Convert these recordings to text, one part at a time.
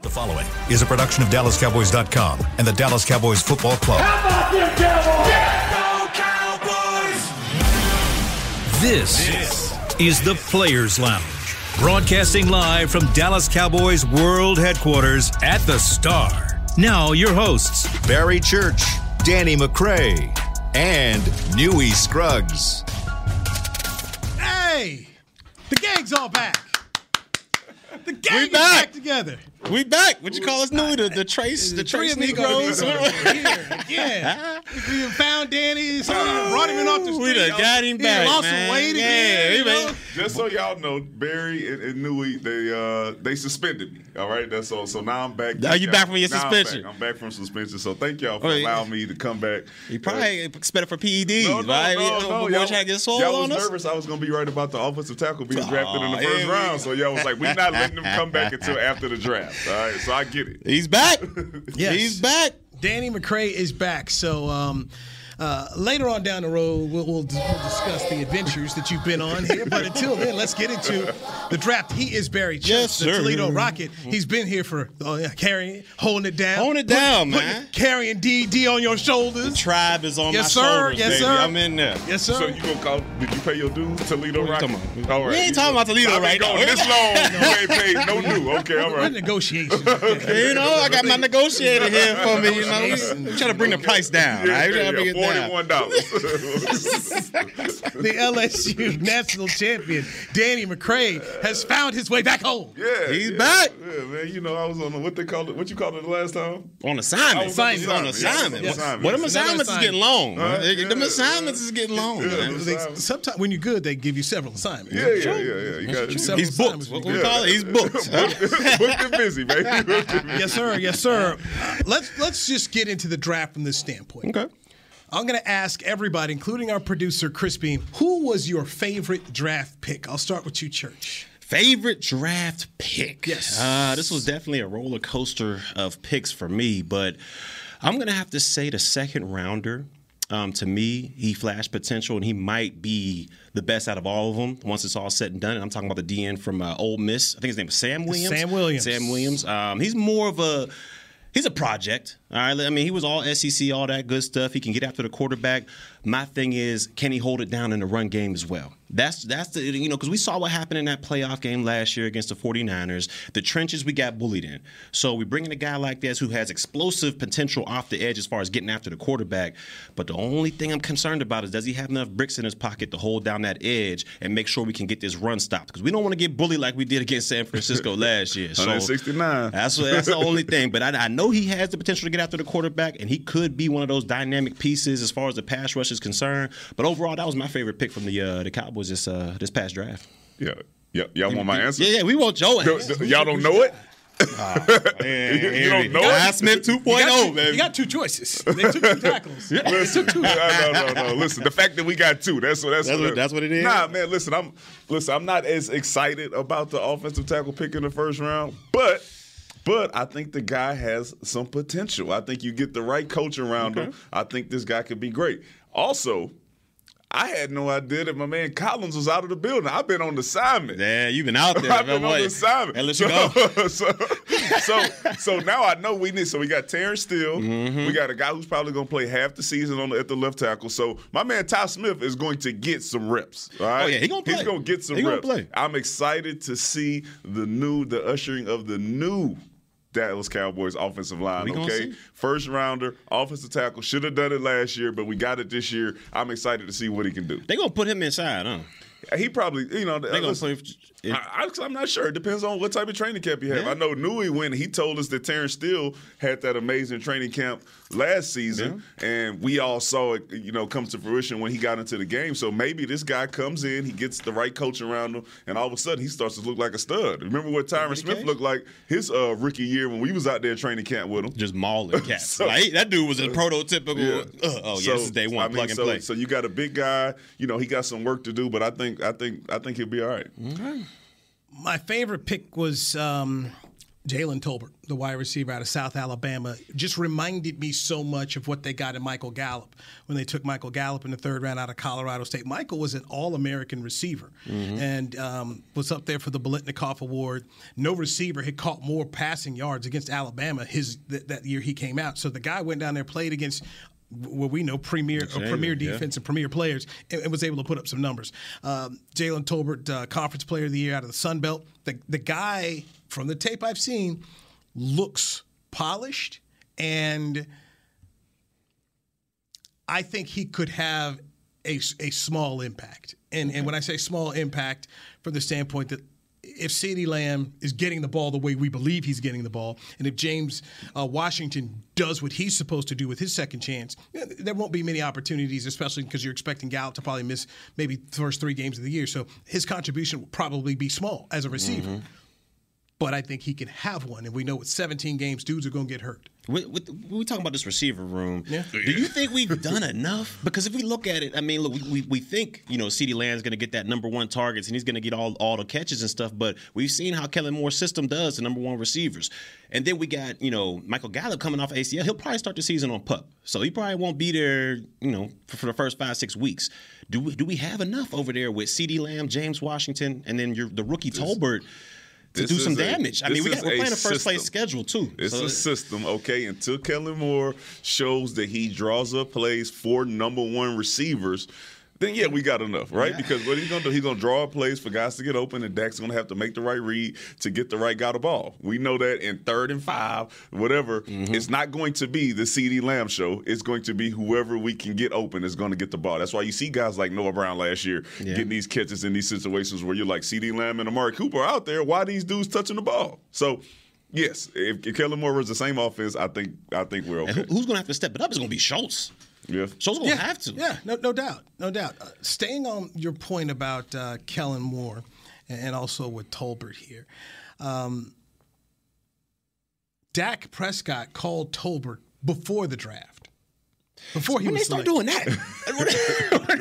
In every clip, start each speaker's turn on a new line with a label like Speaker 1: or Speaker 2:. Speaker 1: The following is a production of DallasCowboys.com and the Dallas Cowboys Football Club.
Speaker 2: about them Cowboys?
Speaker 3: Ah,
Speaker 4: This, is the Players Lounge, broadcasting live from Dallas Cowboys World Headquarters at the Star. Now, your hosts,
Speaker 1: Barry Church, Danny McCrae, and Newey Scruggs.
Speaker 5: Hey, the gang's all back. The gang
Speaker 6: We
Speaker 5: is back.
Speaker 6: back.
Speaker 5: together.
Speaker 6: We back. What you call us new? The, the trace, the, trace Negroes.
Speaker 5: yeah, we done found Danny. Somebody done brought him in off the street.
Speaker 6: We done got him
Speaker 5: He
Speaker 6: back,
Speaker 5: lost
Speaker 6: man.
Speaker 5: some weight
Speaker 6: Yeah,
Speaker 5: again.
Speaker 6: he
Speaker 5: you
Speaker 6: been-
Speaker 5: know?
Speaker 3: Just so y'all know, Barry and, and Nui, they uh they suspended me. All right, that's all. So now I'm back.
Speaker 6: Are you back from your
Speaker 3: Now
Speaker 6: suspension?
Speaker 3: I'm back. I'm back from suspension. So thank y'all for
Speaker 6: Oh, yeah.
Speaker 3: allowing me to come back. Uh,
Speaker 6: He probably expected for PEDs,
Speaker 3: no, no,
Speaker 6: right?
Speaker 3: no, no,
Speaker 6: Boy,
Speaker 3: y'all,
Speaker 6: trying to get sold
Speaker 3: y'all
Speaker 6: on
Speaker 3: was
Speaker 6: us.
Speaker 3: nervous. I was gonna be right about the offensive tackle being drafted in the
Speaker 6: Aw,
Speaker 3: first
Speaker 6: here we go.
Speaker 3: round. So y'all was like, we're not letting them come back until after the draft. All right, so I get it.
Speaker 6: He's back.
Speaker 5: Yes.
Speaker 6: He's back.
Speaker 5: Danny McCray is back. So um, uh, later on down the road, we'll, we'll, dis- we'll discuss the adventures that you've been on here. But until then, let's get into the draft. He is Barry Church,
Speaker 6: Yes,
Speaker 5: the
Speaker 6: sir.
Speaker 5: Toledo Rocket. He's been here for oh, yeah, carrying, holding it down,
Speaker 6: Holding it down, man.
Speaker 5: carrying DD on your shoulders.
Speaker 6: Tribe is on
Speaker 5: Yes,
Speaker 6: my
Speaker 5: sir.
Speaker 6: shoulders,
Speaker 5: Yes,
Speaker 6: baby.
Speaker 5: sir.
Speaker 6: I'm in there.
Speaker 5: Yes, sir.
Speaker 3: So you gonna call? Did you pay your dues, Toledo Rocket?
Speaker 6: Come on.
Speaker 3: All right.
Speaker 6: We ain't talking about Toledo
Speaker 3: I've been
Speaker 6: right now.
Speaker 3: going This long, you ain't paid no due. Okay, all
Speaker 5: We're in
Speaker 3: right.
Speaker 5: negotiations.
Speaker 6: You know, I got my negotiator here for me. You know, we trying to bring the price down.
Speaker 3: Yeah,
Speaker 6: right? We
Speaker 3: yeah,
Speaker 6: trying to bring it
Speaker 3: yeah,
Speaker 6: down.
Speaker 3: Forty-one dollars.
Speaker 5: the LSU national champion, Danny McCray, has found his way back home.
Speaker 3: Yeah,
Speaker 6: He's
Speaker 3: yeah,
Speaker 6: back.
Speaker 3: Yeah, man. You know, I was on the, what they call it. What you called it last time?
Speaker 6: On
Speaker 3: I
Speaker 6: assignment.
Speaker 3: was on
Speaker 6: He's
Speaker 3: assignment.
Speaker 6: on
Speaker 3: Yeah, I was on
Speaker 6: assignment.
Speaker 3: assignment.
Speaker 6: Well, them
Speaker 5: Yes, another
Speaker 6: assignments is getting
Speaker 5: assignment.
Speaker 6: long.
Speaker 3: All
Speaker 6: man.
Speaker 3: right,
Speaker 6: Them
Speaker 3: yeah.
Speaker 6: assignments is getting long.
Speaker 3: Yeah,
Speaker 6: man.
Speaker 3: those
Speaker 5: They-
Speaker 3: assignments.
Speaker 5: sometimes when you're good, they give you several assignments.
Speaker 3: Yeah, yeah, yeah, yeah. You got
Speaker 5: true.
Speaker 6: He's booked. What we
Speaker 3: Yeah.
Speaker 6: call it? He's booked.
Speaker 3: booked and busy, man. Booked and busy.
Speaker 5: Yes, sir. Yes, sir. Let's let's just get into the draft from this standpoint.
Speaker 6: Okay.
Speaker 5: I'm going to ask everybody, including our producer Chris Beam, who was your favorite draft pick? I'll start with you, Church.
Speaker 6: Favorite draft pick?
Speaker 5: Yes.
Speaker 6: Uh, this was definitely a roller coaster of picks for me, but I'm going to have to say the second rounder. Um, to me, he flashed potential, and he might be the best out of all of them once it's all said and done. And I'm talking about the DN from uh, Ole Miss. I think his name was Sam Williams.
Speaker 5: Sam Williams.
Speaker 6: Sam Williams. Um, he's more of a he's a project. All right. I mean, he was all SEC, all that good stuff. He can get after the quarterback. My thing is, can he hold it down in the run game as well? That's that's the you know, because we saw what happened in that playoff game last year against the 49ers. The trenches we got bullied in. So we bring in a guy like this who has explosive potential off the edge as far as getting after the quarterback. But the only thing I'm concerned about is does he have enough bricks in his pocket to hold down that edge and make sure we can get this run stopped? Because we don't want to get bullied like we did against San Francisco last year. So
Speaker 3: 169.
Speaker 6: that's what, that's the only thing. But I, I know he has the potential to get after the quarterback, and he could be one of those dynamic pieces as far as the pass rush is concerned. But overall, that was my favorite pick from the uh, the Cowboys this uh, this past draft.
Speaker 3: Yeah, yeah. Y'all want my answer?
Speaker 6: Yeah, yeah, we want Ah, Joe.
Speaker 3: No, no, y'all don't know it. you don't know it?
Speaker 6: Al Smith 2.0,
Speaker 5: You got, two,
Speaker 6: baby.
Speaker 5: you got two choices. They took two tackles.
Speaker 3: Listen, no, no, no, no. Listen, the fact that we got two, that's what that's,
Speaker 6: That's what- that's what it is?
Speaker 3: Nah, man, listen, I'm listen, I'm not as excited about the offensive tackle pick in the first round, but but I think the guy has some potential. I think you get the right coach around him. I think this guy could be great. Also, I had no idea that my man Collins was out of the building. I've been on assignment.
Speaker 6: yeah, you've been out there.
Speaker 3: I've
Speaker 6: man.
Speaker 3: been on
Speaker 6: What?
Speaker 3: assignment.
Speaker 6: Hey, let you
Speaker 3: so,
Speaker 6: go.
Speaker 3: so, so, so now I know we need. So we got Terrence Steele.
Speaker 6: Mm-hmm.
Speaker 3: We got a guy who's probably going to play half the season on the, at the left tackle. So my man Ty Smith is going to get some reps. All right.
Speaker 6: Oh, yeah, he gonna
Speaker 3: He's
Speaker 6: play.
Speaker 3: going to get some
Speaker 6: He gonna
Speaker 3: reps.
Speaker 6: play.
Speaker 3: I'm excited to see the new, the ushering of the new. Dallas Cowboys offensive line.
Speaker 6: We gonna
Speaker 3: okay,
Speaker 6: see.
Speaker 3: first rounder, offensive tackle. Should have done it last year, but we got it this year. I'm excited to see what he can do.
Speaker 6: They gonna put him inside, huh?
Speaker 3: He probably, you know,
Speaker 6: They gonna
Speaker 3: listen,
Speaker 6: play. if-
Speaker 3: I, I, I'm not sure. It depends on what type of training camp you have. I know Nui when he told us that Terrence Steele had that amazing training camp last season, and we all saw it, you know, come to fruition when he got into the game. So maybe this guy comes in, he gets the right coach around him, and all of a sudden he starts to look like a stud. Remember what Tyron Smith
Speaker 6: case?
Speaker 3: looked like his uh, rookie year when we was out there training camp with him.
Speaker 6: just mauling cats.
Speaker 3: So-
Speaker 6: like that dude was a prototypical.
Speaker 3: Yeah.
Speaker 6: uh, oh yeah, this is day one.
Speaker 3: I mean,
Speaker 6: plug and
Speaker 3: so,
Speaker 6: play.
Speaker 3: So you got a big guy. You know, he got some work to do, but I think I think I think he'll be all right.
Speaker 5: My favorite pick was um, Jalen Tolbert, the wide receiver out of South Alabama, just reminded me so much of what they got in Michael Gallup when they took Michael Gallup in the third round out of Colorado State. Michael was an All American receiver
Speaker 1: Mm-hmm.
Speaker 5: and um, was up there for the Bolitnikoff Award. No receiver had caught more passing yards against Alabama his th- that year he came out. So the guy went down there, played against what we know premier or premier
Speaker 6: yeah.
Speaker 5: defense and premier players and, and was able to put up some numbers. Um, Jalen Tolbert, uh, conference player of the year out of the Sun Belt. The the guy from the tape I've seen looks polished and I think he could have a, a small impact. And and when I say small impact, from the standpoint that if CeeDee Lamb is getting the ball the way we believe he's getting the ball, and if James uh, Washington does what he's supposed to do with his second chance, yeah, there won't be many opportunities, especially because you're expecting Gallup to probably miss maybe the first three games of the year. So his contribution will probably be small as a receiver.
Speaker 6: Mm-hmm.
Speaker 5: But I think he can have one, and we know with 17 games, dudes are going to get hurt.
Speaker 6: We, we, we talking about this receiver room.
Speaker 5: Yeah.
Speaker 6: Do you think we've done enough? Because if we look at it, I mean, look, we, we, we think you know Ceedee Lamb's going to get that number one targets and he's going to get all all the catches and stuff. But we've seen how Kellen Moore's system does to number one receivers. And then we got you know Michael Gallup coming off ACL. He'll probably start the season on pup, so he probably won't be there you know for, for the first five six weeks. Do we do we have enough over there with Ceedee Lamb, James Washington, and then your the rookie Tolbert? To
Speaker 3: this
Speaker 6: do some
Speaker 3: is a-
Speaker 6: damage. I
Speaker 3: this
Speaker 6: mean, we got,
Speaker 3: is
Speaker 6: we're
Speaker 3: a
Speaker 6: playing a first
Speaker 3: system.
Speaker 6: place schedule too.
Speaker 3: It's
Speaker 6: So-
Speaker 3: a system, okay? Until Kellen Moore shows that he draws up plays for number one receivers, then yeah, we got enough, right? Because what he's gonna do, he's gonna draw up plays for guys to get open, and Dak's gonna have to make the right read to get the right guy the ball. We know that in third and five, whatever,
Speaker 6: Mm-hmm.
Speaker 3: it's not going to be the CD Lamb show. It's going to be whoever we can get open is gonna get the ball. That's why you see guys like Noah Brown last year
Speaker 6: Yeah.
Speaker 3: getting these catches in these situations where you're like CD Lamb and Amari Cooper are out there. Why these dudes touching the ball? So Yes, if, if Kellen Moore runs the same offense, I think I think we're
Speaker 6: And who,
Speaker 3: okay.
Speaker 6: who's going to have to step it up? It's going to be Schultz.
Speaker 3: Yeah.
Speaker 6: Schultz going to have to.
Speaker 5: Yeah, no, no doubt, no doubt. Uh, staying on your point about uh, Kellen Moore and, and also with Tolbert here, um, Dak Prescott called Tolbert before the draft. Before he
Speaker 6: When
Speaker 5: was
Speaker 6: they start
Speaker 5: selected.
Speaker 6: doing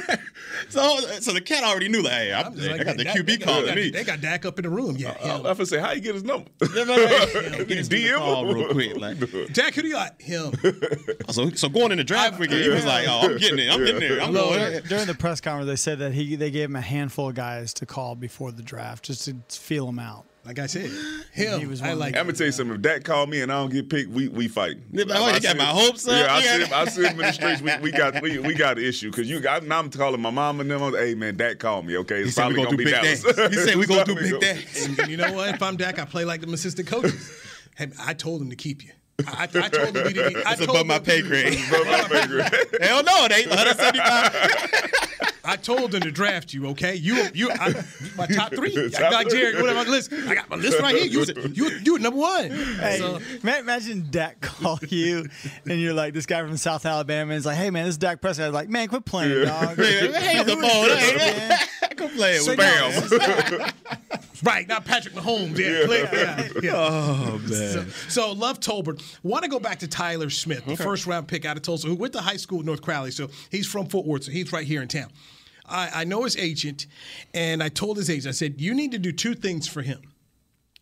Speaker 6: that, so so the cat already knew like, hey, I'm,
Speaker 5: I'm just like,
Speaker 6: I got the
Speaker 5: Dak-
Speaker 6: QB
Speaker 5: they-
Speaker 6: calling
Speaker 5: they got-
Speaker 6: me.
Speaker 5: They got Dak up in the room. Yeah,
Speaker 3: Uh, I
Speaker 5: him.
Speaker 3: was gonna say how you get his number.
Speaker 6: Get his
Speaker 3: DM
Speaker 6: call
Speaker 3: him.
Speaker 6: real quick. Like,
Speaker 5: Dak, who do you uh, got? Him.
Speaker 6: so, so going in the draft weekend, he was like, "Oh, I'm getting it. I'm getting there. I'm
Speaker 2: Well,
Speaker 6: going."
Speaker 2: dur- during the press conference, they said that he they gave him a handful of guys to call before the draft just to feel him out.
Speaker 5: Like I said, him.
Speaker 2: He was
Speaker 5: I
Speaker 2: one
Speaker 5: like.
Speaker 3: I'm gonna tell you something. If Dak called me and I don't get picked, we we fighting.
Speaker 6: Yeah, but, oh, you
Speaker 3: I
Speaker 6: got
Speaker 3: see
Speaker 6: my
Speaker 3: him-
Speaker 6: hopes up.
Speaker 3: Yeah, I
Speaker 6: You
Speaker 3: see
Speaker 6: got-
Speaker 3: him. I see him in the streets. We, we got we, we got an issue because you. got now I'm calling my mom and them. I'm like, Hey man, Dak called me. Okay, it's
Speaker 6: He said we're
Speaker 3: probably
Speaker 6: gonna do
Speaker 3: be
Speaker 6: big
Speaker 3: Dallas.
Speaker 6: things. He said we're gonna do
Speaker 3: Probably
Speaker 6: big
Speaker 3: gonna-
Speaker 6: things.
Speaker 5: And you know what? If I'm Dak, I play like them assistant coaches. Hey, I told him to keep you. I, I I told him we didn't. I
Speaker 6: It's
Speaker 5: told
Speaker 6: above my
Speaker 5: him-
Speaker 6: pay grade.
Speaker 3: Bro, my favorite.
Speaker 6: Hell no, it ain't 175.
Speaker 5: I told them to draft you, okay? You, you, I, my top three. I
Speaker 3: Top
Speaker 5: got
Speaker 3: three.
Speaker 5: Jared. What am I list? I got my list right here. You, was, you, you were number one.
Speaker 2: Hey,
Speaker 5: So,
Speaker 2: ma- imagine Dak call you and you're like this guy from South Alabama. And it's like, hey man, this is Dak Prescott. I'm like, man, quit playing, dog.
Speaker 6: Hang up the phone. I ain't- Come play it with me.
Speaker 5: right, not Patrick Mahomes. Yeah, clear, yeah, yeah. So, so love Tolbert. Want to go back to Tyler Smith, the first round pick out of Tulsa, who went to high school at North Crowley. So he's from Fort Worth, so he's right here in town. I, I know his agent, and I told his agent, I said, you need to do two things for him.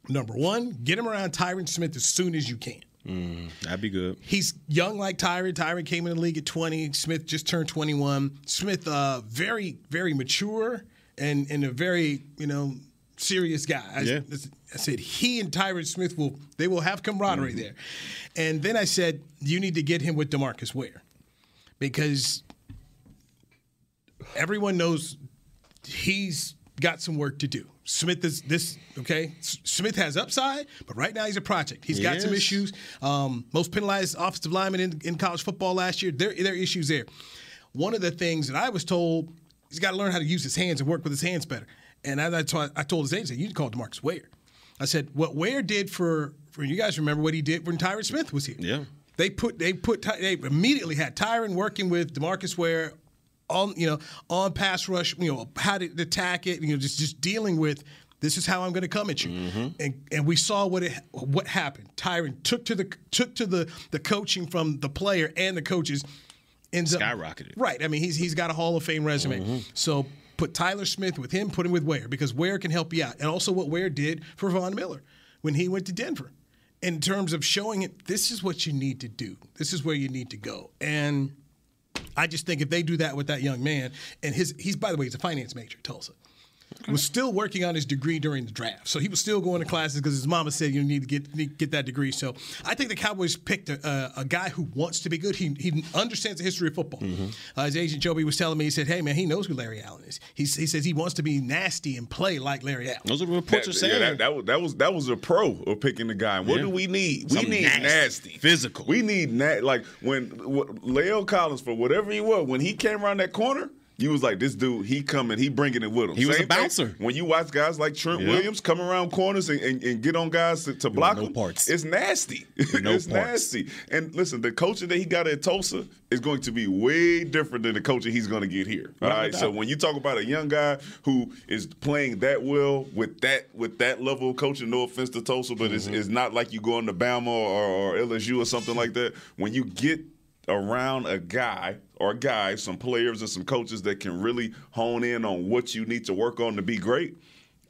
Speaker 5: Number one, get him around Tyron Smith as soon as you can.
Speaker 6: Mm, That'd be good.
Speaker 5: He's young like Tyron. Tyron came in the league at 20. Smith just turned 21. Smith, uh, very, very mature and, and a very, you know, serious guy. I,
Speaker 6: Yeah.
Speaker 5: I said he and Tyron Smith will they will have camaraderie there. And then I said, you need to get him with DeMarcus Ware. Because everyone knows he's got some work to do. Smith is this okay? S- Smith has upside, but right now he's a project. He's got some
Speaker 6: Yes.
Speaker 5: issues. Um, most penalized offensive lineman in, in college football last year. There, there are issues there. One of the things that I was told, he's got to learn how to use his hands and work with his hands better. And I, I, told, I told his agent, you need to call Demarcus Ware. I said, what Ware did for, for you guys remember what he did when Tyron Smith was here?
Speaker 6: Yeah.
Speaker 5: They put they put Ty- they immediately had Tyron working with Demarcus Ware on you know on pass rush you know how to attack it you know just just dealing with this is how I'm going to come at you and and we saw what it what happened Tyron took to the took to the the coaching from the player and the coaches ends up
Speaker 6: Skyrocketed.
Speaker 5: right I mean he's he's got a Hall of Fame resume so. Put Tyler Smith with him, put him with Ware because Ware can help you out. And also what Ware did for Von Miller when he went to Denver. in terms of showing it, this is what you need to do. This is where you need to go. And I just think if they do that with that young man, and his he's by the way, he's a finance major, at Tulsa. Was still working on his degree during the draft, so he was still going to classes because his mama said you need to get need, to get that degree. So I think the Cowboys picked a, a, a guy who wants to be good. He he understands the history of football.
Speaker 6: Mm-hmm.
Speaker 5: Uh, his agent Joby was telling me he said, "Hey man, he knows who Larry Allen is. He, he says he wants to be nasty and play like Larry Allen."
Speaker 6: Those are reports
Speaker 3: That,
Speaker 6: are
Speaker 3: yeah, that,
Speaker 6: saying.
Speaker 3: that was that was that was a pro of picking the guy. What
Speaker 6: Yeah.
Speaker 3: do we need?
Speaker 6: Something
Speaker 3: we need
Speaker 6: nasty,
Speaker 3: nasty,
Speaker 6: physical.
Speaker 3: We need na- like when wh- Leo Collins for whatever he was when he came around that corner. You was like this dude. He coming. He bringing it with him.
Speaker 6: He was a
Speaker 3: thing
Speaker 6: bouncer.
Speaker 3: when you watch guys like Trent
Speaker 6: Yeah.
Speaker 3: Williams come around corners and, and, and get on guys to, to block
Speaker 6: no
Speaker 3: them,
Speaker 6: parts.
Speaker 3: it's nasty.
Speaker 6: No
Speaker 3: it's
Speaker 6: parts.
Speaker 3: nasty. And listen, the coaching that he got at Tulsa is going to be way different than the coaching he's going to get here. All right. So when you talk about a young guy who is playing that well with that with that level of coaching, no offense to Tulsa, but it's, it's not like you going to Bama or, or LSU or something like that. When you get around a guy or guys, some players and some coaches that can really hone in on what you need to work on to be great,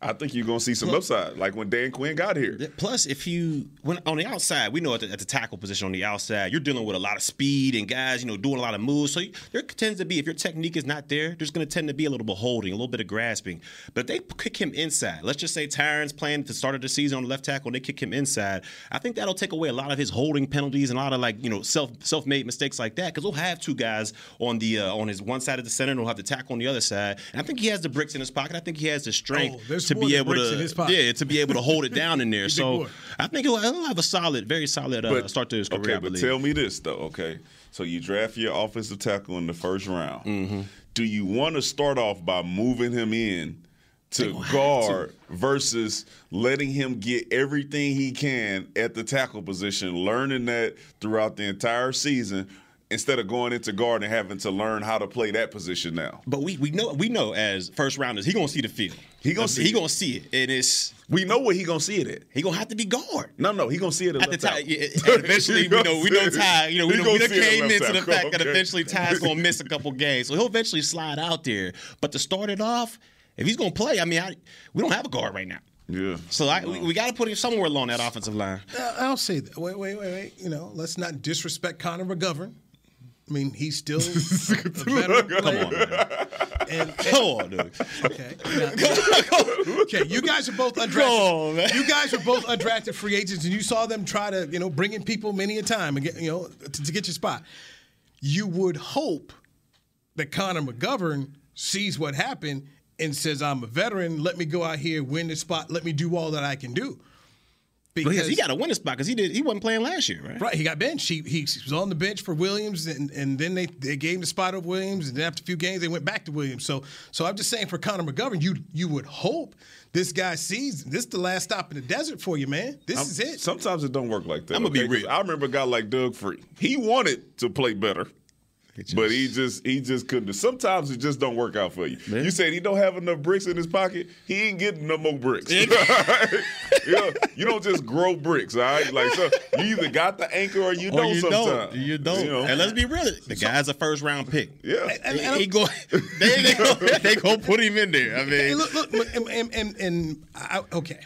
Speaker 3: I think you're going to see some upside, like when Dan Quinn got here.
Speaker 6: That- Plus, if you when on the outside, we know at the, at the tackle position on the outside, you're dealing with a lot of speed and guys, you know, doing a lot of moves. So you, there tends to be if your technique is not there, there's going to tend to be a little bit of holding, a little bit of grasping. But if they kick him inside. Let's just say Tyron's playing at the start of the season on the left tackle, and they kick him inside. I think that'll take away a lot of his holding penalties and a lot of like you know self self made mistakes like that because we'll have two guys on the uh, on his one side of the center, and we'll have the tackle on the other side. And I think he has the bricks in his pocket. I think he has the strength
Speaker 5: Oh, there's
Speaker 6: to
Speaker 5: more
Speaker 6: be
Speaker 5: than
Speaker 6: able
Speaker 5: bricks
Speaker 6: to
Speaker 5: in his pocket.
Speaker 6: yeah to be able to hold it down in there. so
Speaker 5: boy.
Speaker 6: I think he'll, he'll have a solid, very solid uh, start to his career.
Speaker 3: Okay,
Speaker 6: I
Speaker 3: but
Speaker 6: believe.
Speaker 3: tell me this though. Okay, so you draft your offensive tackle in the first round. Do you want to start off by moving him in to guard versus letting him get everything he can at the tackle position, learning that throughout the entire season? Instead of going into guard and having to learn how to play that position now,
Speaker 6: But we we know we know as first rounders, he gonna see the field.
Speaker 3: He gonna
Speaker 6: Uh,
Speaker 3: see
Speaker 6: he
Speaker 3: it.
Speaker 6: gonna see it, and it's
Speaker 3: we know where he gonna see it at.
Speaker 6: he gonna have to be guard.
Speaker 3: No, no, he gonna see it at,
Speaker 6: At the
Speaker 3: left
Speaker 6: time,
Speaker 3: tackle.
Speaker 6: yeah, and eventually
Speaker 3: He
Speaker 6: we
Speaker 3: gonna
Speaker 6: know we
Speaker 3: see
Speaker 6: know
Speaker 3: it.
Speaker 6: Ty. You know
Speaker 3: He
Speaker 6: we, know,
Speaker 3: gonna
Speaker 6: we done
Speaker 3: see it at
Speaker 6: came
Speaker 3: left
Speaker 6: into the
Speaker 3: tackle,
Speaker 6: fact that
Speaker 3: okay.
Speaker 6: eventually Ty's gonna miss a couple games, so he'll eventually slide out there. But to start it off, if he's gonna play, I mean, I, we don't have a guard right now,
Speaker 3: Yeah.
Speaker 6: so I, we, we got to put him somewhere along that offensive line.
Speaker 5: I- I'll say that. Wait, wait, wait, wait. You know, let's not disrespect Connor McGovern. I mean, he's still a veteran
Speaker 6: Come
Speaker 5: player.
Speaker 6: on, man.
Speaker 5: And,
Speaker 6: come on, dude.
Speaker 5: okay, now- okay, you guys are both
Speaker 6: on, man.
Speaker 5: undrafted. You guys are both undrafted free agents, and you saw them try to, you know, bring in people many a time and get, you know, to, to get your spot. You would hope that Connor McGovern sees what happened and says, "I'm a veteran. Let me go out here, win the spot. Let me do all that I can do."
Speaker 6: Because he got to win a spot because he did. He wasn't playing last year, right?
Speaker 5: Right, he got benched. He, he was on the bench for Williams, and, and then they, they gave him the spot over Williams, and then after a few games, they went back to Williams. So so I'm just saying for Connor McGovern, you you would hope this guy sees this is the last stop in the desert for you, man. This
Speaker 3: I'm-
Speaker 5: is it.
Speaker 3: Sometimes it don't work like that.
Speaker 6: I'ma be
Speaker 3: 'Cause
Speaker 6: real.
Speaker 3: I remember a guy like Doug Free. He wanted to play better. but he just he just couldn't. Sometimes it just don't work out for you. You said he don't have enough bricks in his pocket. He ain't getting no more bricks. you, know, you don't just grow bricks, all right? Like so, you either got the anchor or you
Speaker 6: Or
Speaker 3: don't.
Speaker 6: Oh, you
Speaker 3: sometimes
Speaker 6: don't. You don't.
Speaker 3: You know?
Speaker 6: And let's be real. The guy's a first round pick.
Speaker 3: yeah.
Speaker 6: He, he go, they, they, go, they go put him in there. I
Speaker 5: Hey,
Speaker 6: mean,
Speaker 5: look, look, look, and, and, and, and I, okay.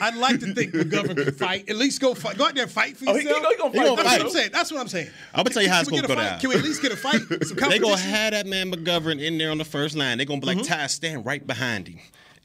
Speaker 5: I'd like to think McGovern can fight. At least go fight. Go out there and fight for
Speaker 3: Oh,
Speaker 5: yourself.
Speaker 3: he- he know he gonna fight.
Speaker 5: That's what
Speaker 6: He gonna
Speaker 5: I'm
Speaker 6: fight.
Speaker 5: saying. That's what I'm saying.
Speaker 6: I'ma tell you how it's
Speaker 5: Can we
Speaker 6: gonna
Speaker 5: get a
Speaker 6: go
Speaker 5: fight?
Speaker 6: down.
Speaker 5: Can we at least get a fight? Some
Speaker 6: they gonna
Speaker 5: competition? Mm-hmm.
Speaker 6: have that man McGovern in there on the first line. They gonna be like Ty, stand right behind him.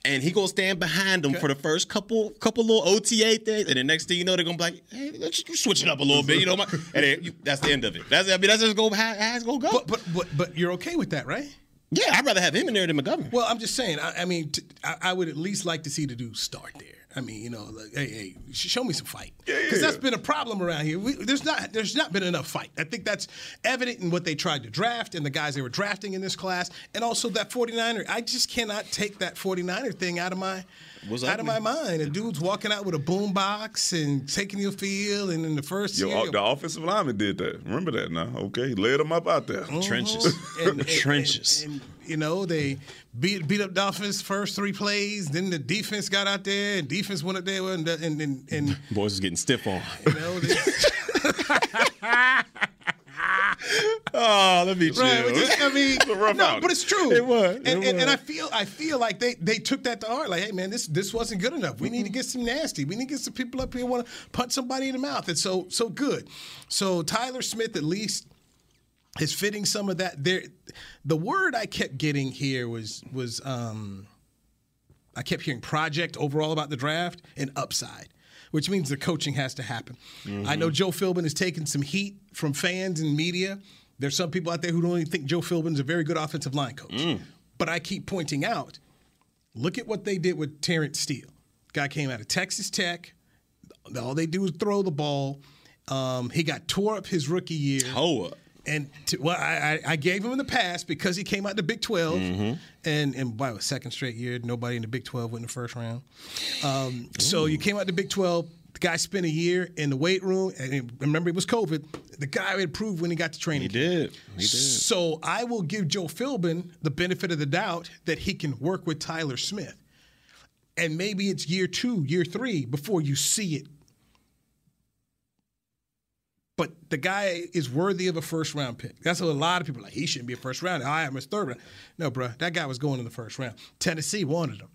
Speaker 6: And he gonna stand behind him for the first couple couple little OTA things, and the next thing you know, they're gonna be like, "Hey, let's you switch it up a little bit," you know. My, and
Speaker 5: Mm-hmm.
Speaker 6: then you, that's the end of it. That's I mean, that's just gonna how, how it's gonna go.
Speaker 5: But, but but but you're okay with that, right?
Speaker 6: yeah, I'd rather have him in there than McGovern.
Speaker 5: Well, I'm just saying. I, I mean, t- I, I would at least like to see the dude start there. I mean, you know, like, hey, hey, sh- show me some fight, because that's been a problem around here. We, there's not, there's not been enough fight. I think that's evident in what they tried to draft and the guys they were drafting in this class, and also that 49er. I just cannot take that 49er thing out of my,
Speaker 6: Was
Speaker 5: out of
Speaker 6: ugly.
Speaker 5: my mind. A dude's walking out with a boombox and taking your field, and in the first
Speaker 3: Yo,
Speaker 6: uh,
Speaker 5: year,
Speaker 3: the offensive lineman did that. Remember that now? Okay, he led him up out there.
Speaker 6: trenches,
Speaker 5: Mm-hmm. Uh-huh. and- and-
Speaker 6: trenches.
Speaker 5: And, and, you know, they beat beat up Dolphins first three plays. Then the defense got out there, and defense went up there, and and and, and
Speaker 6: Boys is getting stiff on.
Speaker 5: you know, they,
Speaker 6: Oh, let me chill.
Speaker 5: Right, which is- I mean,
Speaker 3: It's a rough
Speaker 5: no,
Speaker 3: outing.
Speaker 5: but it's true.
Speaker 6: It was,
Speaker 5: and,
Speaker 6: it
Speaker 5: and, and
Speaker 6: was.
Speaker 5: I feel, I feel like they they took that to heart. Like, hey man, this this wasn't good enough. We
Speaker 6: Mm-hmm.
Speaker 5: need to get some nasty. We need to get some people up here want to punch somebody in the mouth. And so so good. So Tyler Smith at least is fitting some of that. There, the word I kept getting here was was um, I kept hearing project overall about the draft and upside. Which means the coaching has to happen.
Speaker 6: Mm-hmm.
Speaker 5: I know Joe Philbin is taking some heat from fans and media. There's some people out there who don't even think Joe Philbin's a very good offensive line coach.
Speaker 6: Mm.
Speaker 5: But I keep pointing out, look at what they did with Terrence Steele. Guy came out of Texas Tech. All they do is throw the ball. Um, he got tore up his rookie year.
Speaker 6: Tore up.
Speaker 5: And to, well, I, I I gave him in the past because he came out the Big 12,
Speaker 6: Mm-hmm.
Speaker 5: and and by the second straight year, nobody in the Big 12 went in the first round. Um, so you came out the Big 12. The guy spent a year in the weight room, and it- remember it was COVID. The guy had proved when he got to training.
Speaker 6: He did. He did.
Speaker 5: So I will give Joe Philbin the benefit of the doubt that he can work with Tyler Smith. And maybe it's year two, year three before you see it. But the guy is worthy of a first round pick. That's what a lot of people are like. He shouldn't be a first round. I am his third round. No, bro, that guy was going in the first round. Tennessee wanted him.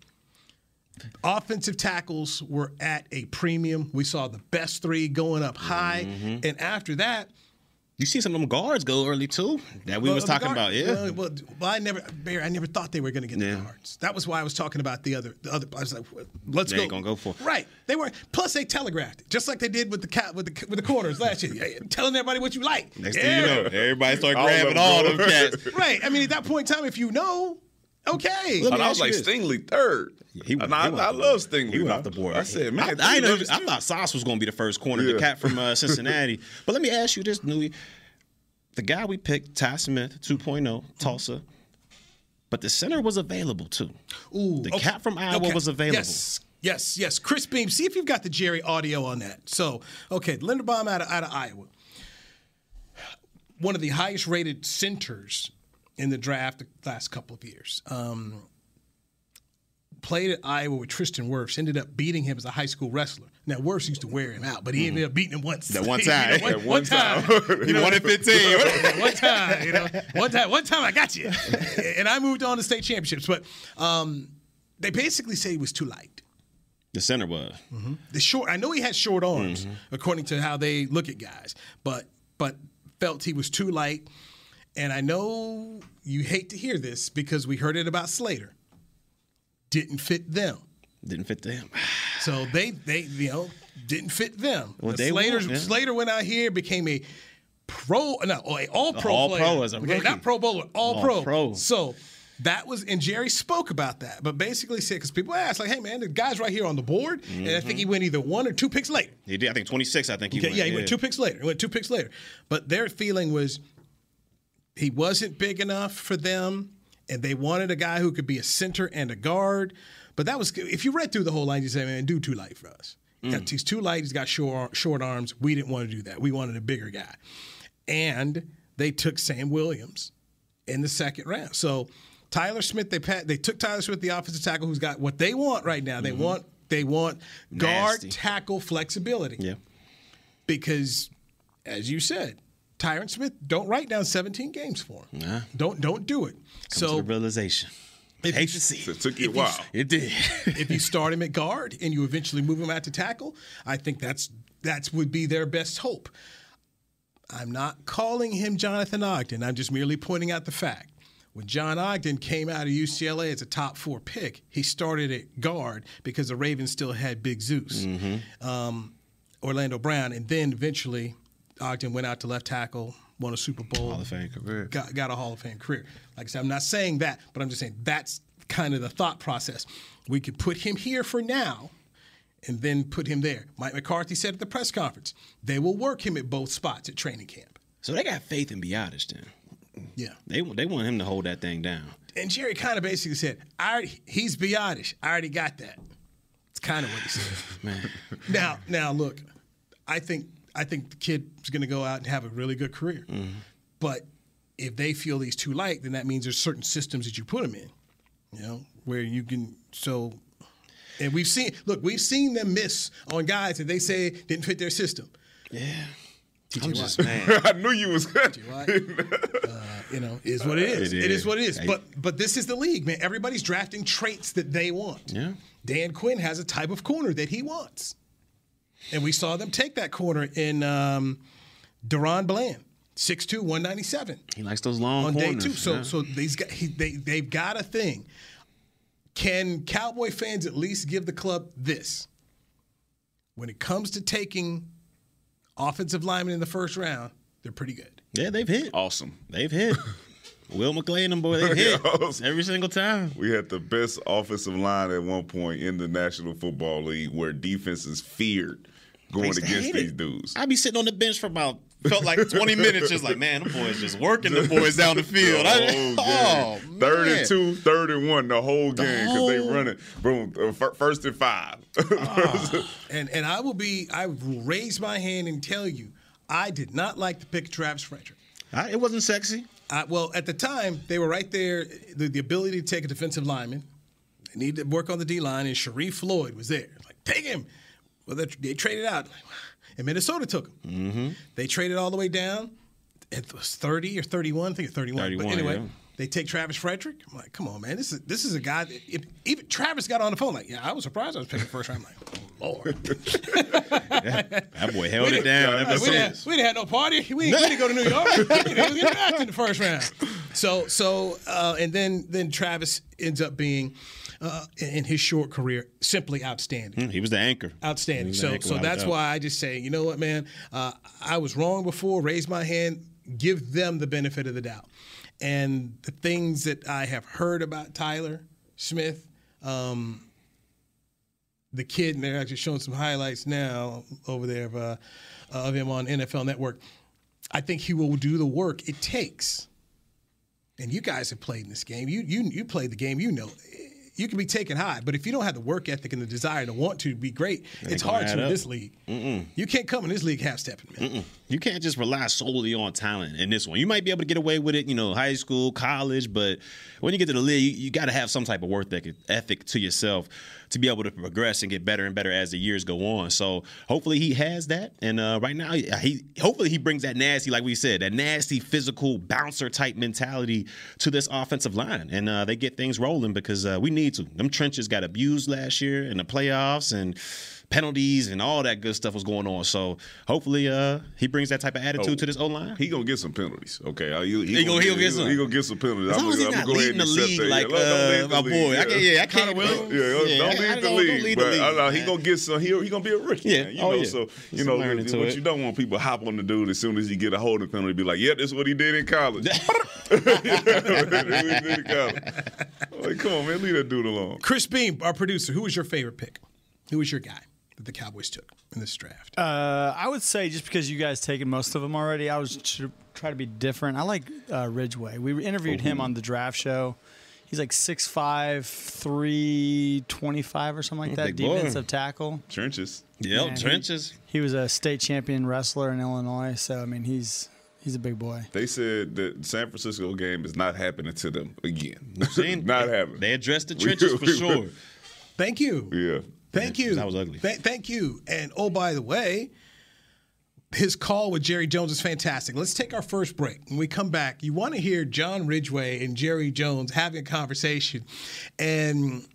Speaker 5: Offensive tackles were at a premium. We saw the best three going up high. And after that,
Speaker 6: Mm-hmm. You see some of them guards go early too that we was
Speaker 5: well,
Speaker 6: talking
Speaker 5: the
Speaker 6: about.
Speaker 5: guard-
Speaker 6: Yeah.
Speaker 5: Well, well, well, I never, Barry, I never thought they were going to get
Speaker 6: Yeah.
Speaker 5: the guards. That was why I was talking about the other, the other. I was like, well, let's
Speaker 6: They
Speaker 5: go.
Speaker 6: ain't gonna go for it.
Speaker 5: Right. They were. Plus, they telegraphed it, just like they did with the cat with the with the quarters last year, Yeah, telling everybody what you like.
Speaker 6: Next
Speaker 5: Yeah.
Speaker 6: thing you know, everybody start
Speaker 3: All of them
Speaker 6: grabbing all them
Speaker 3: go.
Speaker 6: cats.
Speaker 5: Right. I mean, at that point in time, if you know,
Speaker 6: Let
Speaker 5: okay.
Speaker 6: me
Speaker 3: And I was
Speaker 6: ask
Speaker 3: like
Speaker 6: you this.
Speaker 3: Stingley third.
Speaker 6: He
Speaker 3: and
Speaker 6: went-
Speaker 3: I,
Speaker 6: he went
Speaker 3: I
Speaker 6: off
Speaker 3: love
Speaker 6: the board.
Speaker 3: Stingley.
Speaker 6: He went off the board.
Speaker 3: I said, man,
Speaker 6: I, I, ain't
Speaker 3: Stingley
Speaker 6: know,
Speaker 3: is
Speaker 6: I
Speaker 3: too-
Speaker 6: thought Sauce was going to be the first corner,
Speaker 3: Yeah.
Speaker 6: the cat from uh, Cincinnati. but let me ask you this, Nui. The guy we picked, Ty Smith, 2.0, Tulsa. But the center was available too.
Speaker 5: Ooh,
Speaker 6: the
Speaker 5: okay.
Speaker 6: cat from Iowa
Speaker 5: Okay.
Speaker 6: was available.
Speaker 5: Yes, yes, yes. Chris Beam, see if you've got the Jerry audio on that. So, okay, Linderbaum out of, out of Iowa. One of the highest rated centers in the draft the last couple of years. Um, played at Iowa with Tristan Wirfs, ended up beating him as a high school wrestler. Now, Wirfs used to wear him out, but he
Speaker 6: Mm-hmm.
Speaker 5: ended up beating him once.
Speaker 6: That one
Speaker 5: You know,
Speaker 6: time.
Speaker 5: one,
Speaker 6: That
Speaker 5: one
Speaker 3: one
Speaker 5: time.
Speaker 6: He wanted 15.
Speaker 5: one time, you know, one time, one time I got you. And I moved on to state championships, but um, they basically say he was too light.
Speaker 6: the center was.
Speaker 5: The short, I know he had short arms,
Speaker 6: Mm-hmm.
Speaker 5: according to how they look at guys, but but felt he was too light. And I know you hate to hear this because we heard it about Slater. Didn't fit them,
Speaker 6: Didn't fit them.
Speaker 5: so they they you know didn't fit them.
Speaker 6: Well,
Speaker 5: The
Speaker 6: they
Speaker 5: Slater's-
Speaker 6: won't, yeah.
Speaker 5: Slater went out here became a pro, no, a all pro, player.
Speaker 6: All-Pro as a
Speaker 5: Okay,
Speaker 6: rookie.
Speaker 5: not Pro Bowler, all,
Speaker 6: All
Speaker 5: pro.
Speaker 6: Pro.
Speaker 5: So that was, and Jerry spoke about that, but basically said because people asked, like, hey man, the guy's right here on the board, and I think
Speaker 6: Mm-hmm.
Speaker 5: he went either one or two picks later.
Speaker 6: He did. I think 26. I think he
Speaker 5: Okay,
Speaker 6: went.
Speaker 5: yeah, he went two picks later. He went two picks later. But their feeling was he wasn't big enough for them, and they wanted a guy who could be a center and a guard. But that was if you read through the whole line, you say, man, do too light for us.
Speaker 6: Mm.
Speaker 5: He's too light. He's got short short arms. We didn't want to do that. We wanted a bigger guy, and they took Sam Williams in the second round. So Tyler Smith, they pat, they took Tyler Smith, the offensive tackle, who's got what they want right now. They want they want guard
Speaker 6: Mm-hmm. Nasty.
Speaker 5: tackle flexibility
Speaker 6: Yeah.
Speaker 5: because, as you said, Tyron Smith don't write down 17 games for him. Don't don't do it.
Speaker 6: So
Speaker 5: so
Speaker 6: realization.
Speaker 5: if,
Speaker 6: Hate to see.
Speaker 3: It
Speaker 6: It,
Speaker 3: took you a while.
Speaker 6: it did.
Speaker 5: if you start him at guard and you eventually move him out to tackle, I think that's that's would be their best hope. I'm not calling him Jonathan Ogden. I'm just merely pointing out the fact. When John Ogden came out of UCLA as a top four pick, he started at guard because the Ravens still had Big Zeus, um, Orlando Brown, and then eventually Ogden went out to left tackle, won a Super Bowl,
Speaker 6: Hall of Fame career.
Speaker 5: got, got a Hall of Fame career. Like I said, I'm not saying that, but I'm just saying that's kind of the thought process. We could put him here for now and then put him there. Mike McCarthy said at the press conference, they will work him at both spots at training camp.
Speaker 6: So they got faith in Biotis then.
Speaker 5: Yeah.
Speaker 6: They they want him to hold that thing down.
Speaker 5: And Jerry kind of basically said, I already, he's beyondish. I already got that. It's kind of what he said.
Speaker 6: Man.
Speaker 5: now, now look, I think I think the kid's going to go out and have a really good career.
Speaker 6: Mm.
Speaker 5: But if they feel he's too light, then that means there's certain systems that you put him in, you know, where you can so. And we've seen, look, we've seen them miss on guys that they say didn't fit their system.
Speaker 6: Yeah.
Speaker 5: T.J. Watt.
Speaker 6: Just, man.
Speaker 3: I knew you was good.
Speaker 5: What? Uh, you know, is what it is.
Speaker 6: It
Speaker 5: It
Speaker 6: is.
Speaker 5: is what it is.
Speaker 6: Hey.
Speaker 5: But but this is the league, man. Everybody's drafting traits that they want.
Speaker 6: Yeah.
Speaker 5: Dan Quinn has a type of corner that he wants, and we saw them take that corner in um, Deron Bland, 6'2", 197
Speaker 6: He likes those long
Speaker 5: on
Speaker 6: corners.
Speaker 5: day two. So
Speaker 6: yeah.
Speaker 5: so these guys, he, they they've got a thing. Can Cowboy fans at least give the club this? When it comes to taking offensive linemen in the first round, they're pretty good.
Speaker 6: yeah, they've hit.
Speaker 3: Awesome.
Speaker 6: They've hit. Will McClay and them boy, they hit
Speaker 3: Yes.
Speaker 6: every single time.
Speaker 3: We had the best offensive line at one point in the National Football League where defenses feared going
Speaker 6: used to
Speaker 3: against
Speaker 6: hate
Speaker 3: these
Speaker 6: it.
Speaker 3: dudes.
Speaker 6: I'd be sitting on the bench for about felt like 20 minutes, just like man, the boys just working the boys down the field.
Speaker 3: The
Speaker 6: I-
Speaker 3: whole
Speaker 6: oh,
Speaker 3: game.
Speaker 6: man.
Speaker 3: third and two, third and one, the whole game because they
Speaker 6: whole-
Speaker 3: running. Boom, uh, fir- first and five.
Speaker 5: And and I will be I will raise my hand and tell you, I did not like the pick Travis Frederick.
Speaker 6: I- it wasn't sexy.
Speaker 5: I, well, at the time they were right there, the, the ability to take a defensive lineman. They needed to work on the D line, and Sharif Floyd was there. Like take him. Well, they, they traded out, and Minnesota took him.
Speaker 6: Mm-hmm.
Speaker 5: They traded all the way down. It was thirty or thirty-one. I think it's thirty-one.
Speaker 6: 31,
Speaker 5: but anyway,
Speaker 6: yeah.
Speaker 5: they take Travis Frederick. I'm like, come on, man. This is this is a guy. That, if, even Travis got on the phone. Like, yeah, I was surprised I was picking first round. I'm like, oh, Lord.
Speaker 6: That boy held
Speaker 5: We
Speaker 6: it down
Speaker 5: didn't-
Speaker 6: ever
Speaker 5: we didn't,
Speaker 6: since.
Speaker 5: we didn't have no party. We didn't, we didn't go to New York. we didn't get drafted in the first round. So so uh, and then then Travis ends up being uh, in in his short career simply outstanding.
Speaker 6: He was the anchor.
Speaker 5: Outstanding.
Speaker 6: He's
Speaker 5: So
Speaker 6: an
Speaker 5: so
Speaker 6: anchor, without
Speaker 5: that's
Speaker 6: a doubt.
Speaker 5: why I just say, you know what, man, uh, I was wrong before. Raise my hand. Give them the benefit of the doubt. And the things that I have heard about Tyler Smith, um, the kid, and they're actually showing some highlights now over there of, uh, of him on NFL Network. I think he will do the work it takes. And you guys have played in this game. You you you played the game. You know, you can be taken high, but if you don't have the work ethic and the desire to want to be great, it's
Speaker 6: gonna
Speaker 5: hard
Speaker 6: add
Speaker 5: to
Speaker 6: up.
Speaker 5: in this league. You can't come in this league half stepping, man.
Speaker 6: You can't just rely solely on talent in this one. You might be able to get away with it, you know, high school, college, but when you get to the league, you, you got to have some type of work ethic, ethic to yourself to be able to progress and get better and better as the years go on. So hopefully he has that, and uh, right now he hopefully he brings that nasty, like we said, that nasty physical bouncer type mentality to this offensive line, and uh, they get things rolling because uh, we need to. Them trenches got abused last year in the playoffs, and penalties and all that good stuff was going on. So hopefully, uh, he brings that type of attitude
Speaker 3: Oh.
Speaker 6: to this O line.
Speaker 3: he gonna get some penalties. Okay, Uh, he,
Speaker 6: He gonna- he gonna get some.
Speaker 3: He gonna get some penalties.
Speaker 6: As long as he's
Speaker 3: I'ma
Speaker 6: not
Speaker 3: go ahead
Speaker 6: leading the
Speaker 3: and accept
Speaker 6: league
Speaker 3: that. Yeah,
Speaker 6: like
Speaker 3: don't- don't
Speaker 6: uh,
Speaker 3: lead the
Speaker 6: my
Speaker 3: league.
Speaker 6: boy, I can't, yeah, I can't.
Speaker 3: Yeah, don't
Speaker 6: I- I
Speaker 3: leave the
Speaker 6: don't
Speaker 3: league.
Speaker 6: lead the
Speaker 3: but I know he
Speaker 6: man.
Speaker 3: gonna get some. He, he gonna be a rookie.
Speaker 6: Yeah.
Speaker 3: man, you
Speaker 6: Oh,
Speaker 3: know.
Speaker 6: yeah.
Speaker 3: So
Speaker 6: Some
Speaker 3: you know,
Speaker 6: learning to
Speaker 3: but
Speaker 6: it.
Speaker 3: you don't want people hop on the dude as soon as you get a hold of penalty. Be like, yeah, that's what he did in college. That's what he did in college. Like, come on, man, leave that dude alone.
Speaker 5: Chris Beam, our producer, who was your favorite pick? Who was your guy that the Cowboys took in this draft?
Speaker 2: Uh, I would say just because you guys taken most of them already, I was tr- try to be different. I like uh, Ridgeway. We interviewed
Speaker 6: Oh.
Speaker 2: him on the draft show. He's like 6'5", 325 or something like that.
Speaker 6: Oh, big boy.
Speaker 2: Defensive tackle.
Speaker 3: Trenches.
Speaker 6: Yep,
Speaker 2: Man, he-
Speaker 6: trenches.
Speaker 2: He was a state champion wrestler in Illinois, so I mean he's he's a big boy.
Speaker 3: They said that San Francisco game is not happening to them again.
Speaker 6: Seen-
Speaker 3: not
Speaker 6: they-
Speaker 3: happening.
Speaker 6: They addressed the trenches for sure.
Speaker 5: Thank you.
Speaker 3: yeah.
Speaker 5: Thank you.
Speaker 6: That was ugly.
Speaker 5: Th- thank you. And oh, by the way, his call with Jerry Jones is fantastic. Let's take our first break. When we come back, you want to hear John Ridgway and Jerry Jones having a conversation. And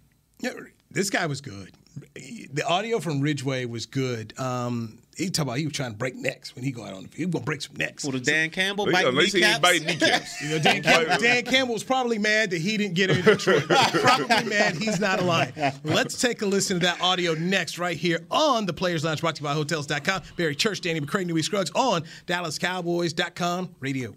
Speaker 5: you know, this guy was good. The audio from Ridgway was good. Um, he talked about he was trying to break necks when he go out on the field. He was gonna break some necks.
Speaker 6: Well, the Dan Campbell
Speaker 3: They-
Speaker 6: bite
Speaker 3: they said he
Speaker 6: kneecaps.
Speaker 3: bite kneecaps.
Speaker 5: You know, Dan, Campbell, Dan Campbell was probably mad that he didn't get it in Detroit. probably mad he's not alive. Let's take a listen to that audio next, right here on the Players Lounge, brought to you by Hotels.com. Barry Church, Danny McCray, Newey Scruggs on DallasCowboys.com radio.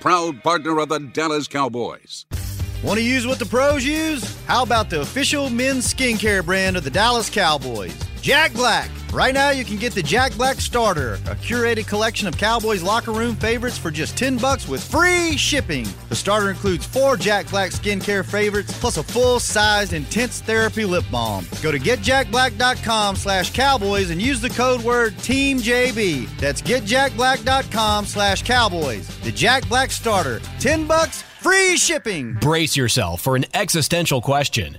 Speaker 7: proud partner of the Dallas Cowboys.
Speaker 8: Want to use what the pros use? How about the official men's skincare brand of the Dallas Cowboys, Jack Black? Right now, you can get the Jack Black Starter, a curated collection of Cowboys locker room favorites for just 10 bucks with free shipping. The starter includes four Jack Black skincare favorites plus a full-sized intense therapy lip balm. Go to getjackblack.com slash cowboys and use the code word TEAMJB. That's getjackblack.com slash cowboys. The Jack Black Starter, 10 bucks, free shipping.
Speaker 9: Brace yourself for an existential question.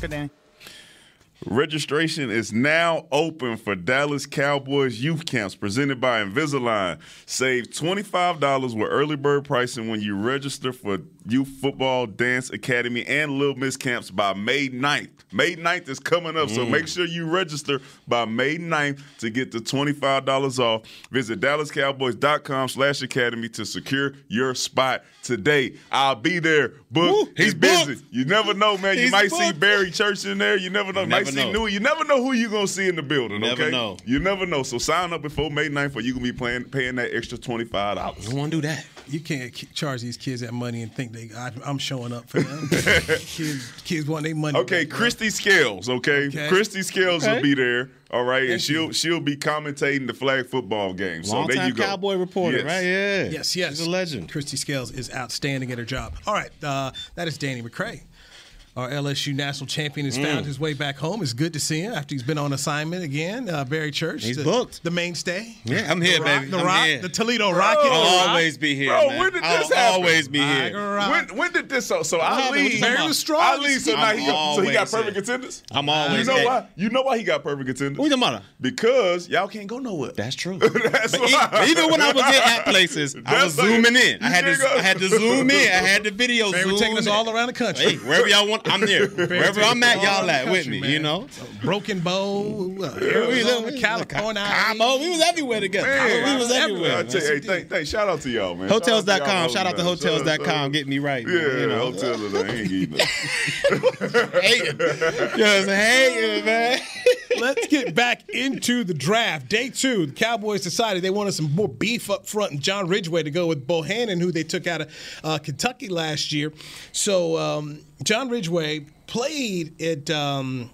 Speaker 2: Good, Danny.
Speaker 3: Registration is now open for Dallas Cowboys youth camps presented by Invisalign. Save $25 with early bird pricing when you register for Youth Football Dance Academy and Little Miss camps by May 9th. May 9th is coming up,
Speaker 6: Mm.
Speaker 3: so make sure you register by May 9th to get the $25 off. Visit DallasCowboys.com slash academy to secure your spot today. I'll be there. Book,
Speaker 6: Woo,
Speaker 3: he's
Speaker 6: he's
Speaker 3: busy.
Speaker 6: booked.
Speaker 3: You never know, man. You
Speaker 6: He's
Speaker 3: might see
Speaker 6: booked.
Speaker 3: Barry Church in there. You never know. You
Speaker 6: never
Speaker 3: might see
Speaker 6: know.
Speaker 3: Newey. You never know who you're gonna see in the building.
Speaker 6: Never
Speaker 3: okay,
Speaker 6: know.
Speaker 3: you never know. So sign up before May 9th, or you gonna be playing paying that extra twenty five dollars.
Speaker 6: Who want to do that?
Speaker 5: You can't k- charge these kids that money and think they I, I'm showing up for them. kids, kids want their money.
Speaker 3: Okay,
Speaker 5: back, bro.
Speaker 3: Christy Scales. Okay,
Speaker 5: Okay.
Speaker 3: Christy Scales will
Speaker 6: Okay.
Speaker 3: be there. All right, and
Speaker 5: Thank
Speaker 3: she'll
Speaker 5: you.
Speaker 3: she'll be commentating the flag football game. So
Speaker 6: Long
Speaker 3: there you
Speaker 6: time
Speaker 3: go.
Speaker 6: cowboy reporter,
Speaker 3: Yes.
Speaker 6: right? Yeah.
Speaker 5: Yes, yes.
Speaker 6: He's a legend.
Speaker 5: Christy Scales is outstanding at her job. All right, uh, that is Danny McCray. Our LSU national champion has found
Speaker 6: Mm.
Speaker 5: his way back home. It's good to see him after he's been on assignment again. Uh, Barry Church,
Speaker 6: He's
Speaker 5: the,
Speaker 6: booked.
Speaker 5: the mainstay.
Speaker 6: Yeah, I'm
Speaker 5: The
Speaker 6: here,
Speaker 5: Rock-
Speaker 6: baby.
Speaker 5: The
Speaker 6: I'm
Speaker 5: Rock,
Speaker 6: here.
Speaker 5: the Toledo Rocket.
Speaker 6: I'll always be here.
Speaker 3: Bro,
Speaker 6: man.
Speaker 3: when did this
Speaker 6: I'll
Speaker 3: happen?
Speaker 6: always be here.
Speaker 5: Tiger Rock.
Speaker 3: When, when did this? So, so I
Speaker 6: happened? What
Speaker 3: leave.
Speaker 6: you talking Barry was
Speaker 5: about?
Speaker 3: I leave. So now
Speaker 6: I'm
Speaker 3: he got, so he got
Speaker 6: always
Speaker 3: perfect
Speaker 6: in.
Speaker 3: attendance.
Speaker 6: I'm always
Speaker 3: You know
Speaker 6: in.
Speaker 3: why? You know why he got perfect attendance?
Speaker 6: What you talking about?
Speaker 3: Because y'all can't go nowhere.
Speaker 6: That's true.
Speaker 3: That's
Speaker 6: but e-
Speaker 3: why.
Speaker 6: but even when I was in at places, I
Speaker 3: That's
Speaker 6: was
Speaker 3: like-
Speaker 6: zooming in. I had
Speaker 3: You
Speaker 6: to,
Speaker 3: can't go-
Speaker 6: I had to zoom in. I had the video.
Speaker 5: Barry
Speaker 6: zoom
Speaker 5: taking us
Speaker 6: in.
Speaker 5: all around the country.
Speaker 6: Hey, wherever y'all want, I'm there. wherever
Speaker 5: taking
Speaker 6: I'm
Speaker 5: us
Speaker 6: at,
Speaker 5: all around
Speaker 6: y'all
Speaker 5: the
Speaker 6: at with
Speaker 5: country,
Speaker 6: me.
Speaker 5: man.
Speaker 6: You know,
Speaker 5: Broken Bow, uh,
Speaker 6: we
Speaker 5: Arizona,
Speaker 6: live-
Speaker 5: California.
Speaker 6: Cabo, we was everywhere together.
Speaker 3: Man,
Speaker 6: we was everywhere.
Speaker 3: I tell you,
Speaker 6: man.
Speaker 3: hey, thank, thank, shout out to y'all, man.
Speaker 6: Hotels.com.
Speaker 3: Shout out to,
Speaker 6: Shout out to
Speaker 3: y'all, man. Shout out to-
Speaker 6: hotels.com. Get me right.
Speaker 3: Yeah,
Speaker 6: man, you know.
Speaker 3: hotels. I ain't eating.
Speaker 6: hating. Just hating, man.
Speaker 5: Let's get back into the draft. Day two, the Cowboys decided they wanted some more beef up front, and John Ridgeway to go with Bohannon, who they took out of uh, Kentucky last year. So um, John Ridgeway played at. Um,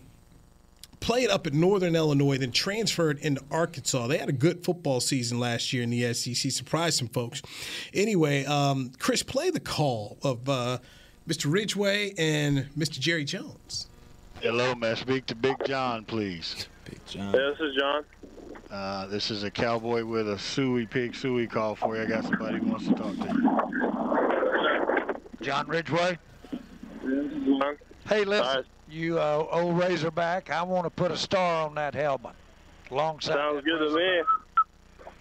Speaker 5: Played up at Northern Illinois, then transferred into Arkansas. They had a good football season last year in the SEC, surprised some folks. Anyway, um, Chris, play the call of uh, Mr. Ridgeway and Mr. Jerry Jones.
Speaker 10: Hello, may I speak to Big John, please?
Speaker 11: this is John.
Speaker 10: Uh, this is a cowboy with a suey pig suey call for you. I got somebody who wants to talk to you. John Ridgeway?
Speaker 11: This is John.
Speaker 10: Hey, listen,
Speaker 11: All right.
Speaker 10: you uh, old Razorback, I want to put a star on that helmet. Alongside
Speaker 11: Sounds
Speaker 10: that
Speaker 11: good to me.
Speaker 10: Razorback.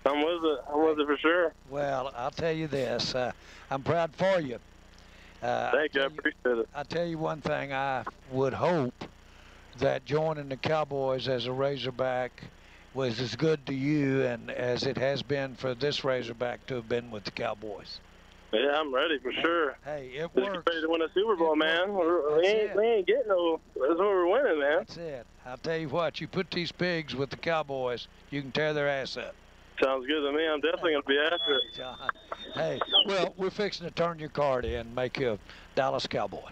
Speaker 11: I'm with it. I'm with it for sure.
Speaker 10: Well, I'll tell you this. Uh, I'm proud for you. Uh,
Speaker 11: Thank you. I
Speaker 10: I'll tell
Speaker 11: appreciate it.
Speaker 10: I tell you one thing, I would hope that joining the Cowboys as a Razorback was as good to you and as it has been for this Razorback to have been with the Cowboys.
Speaker 11: Yeah, I'm ready for sure.
Speaker 10: Hey, it
Speaker 11: Just
Speaker 10: works.
Speaker 11: ready to win a Super
Speaker 10: It
Speaker 11: Bowl,
Speaker 10: works.
Speaker 11: man. We're, we,
Speaker 10: That's
Speaker 11: ain't,
Speaker 10: it.
Speaker 11: we ain't getting no. That's what we're winning, man.
Speaker 10: That's it. I'll tell you what, you put these pigs with the Cowboys, you can tear their ass up.
Speaker 11: Sounds good to me. I'm definitely gonna be after it.
Speaker 10: John. Hey, well, we're fixing to turn your card in and make you a Dallas Cowboy.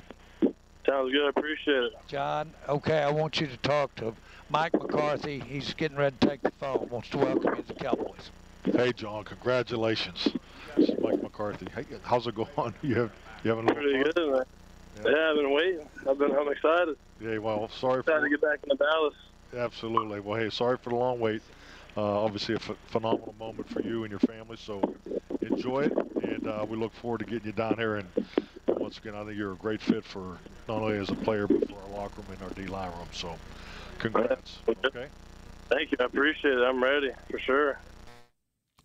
Speaker 11: Sounds good. I appreciate it.
Speaker 10: John, okay, I want you to talk to Mike McCarthy. He's getting ready to take the phone. Wants to welcome you to the Cowboys.
Speaker 11: Hey, John. Congratulations.
Speaker 10: This is Mike McCarthy. Hey, how's it going? You have you having
Speaker 11: Pretty good, man. Yeah. I've been waiting. I've been. I'm excited.
Speaker 10: Yeah, well, sorry
Speaker 11: Excited to get back into Dallas. absolutely. Well, hey, sorry for the long wait. Uh, obviously, a ph- phenomenal moment for you and your family. So enjoy it, and uh, we look forward to getting you down here. And once again, I think you're a great fit for not only as a player but for our locker room and our D line room. So, congrats. Okay. Thank you. I appreciate it. I'm ready for sure.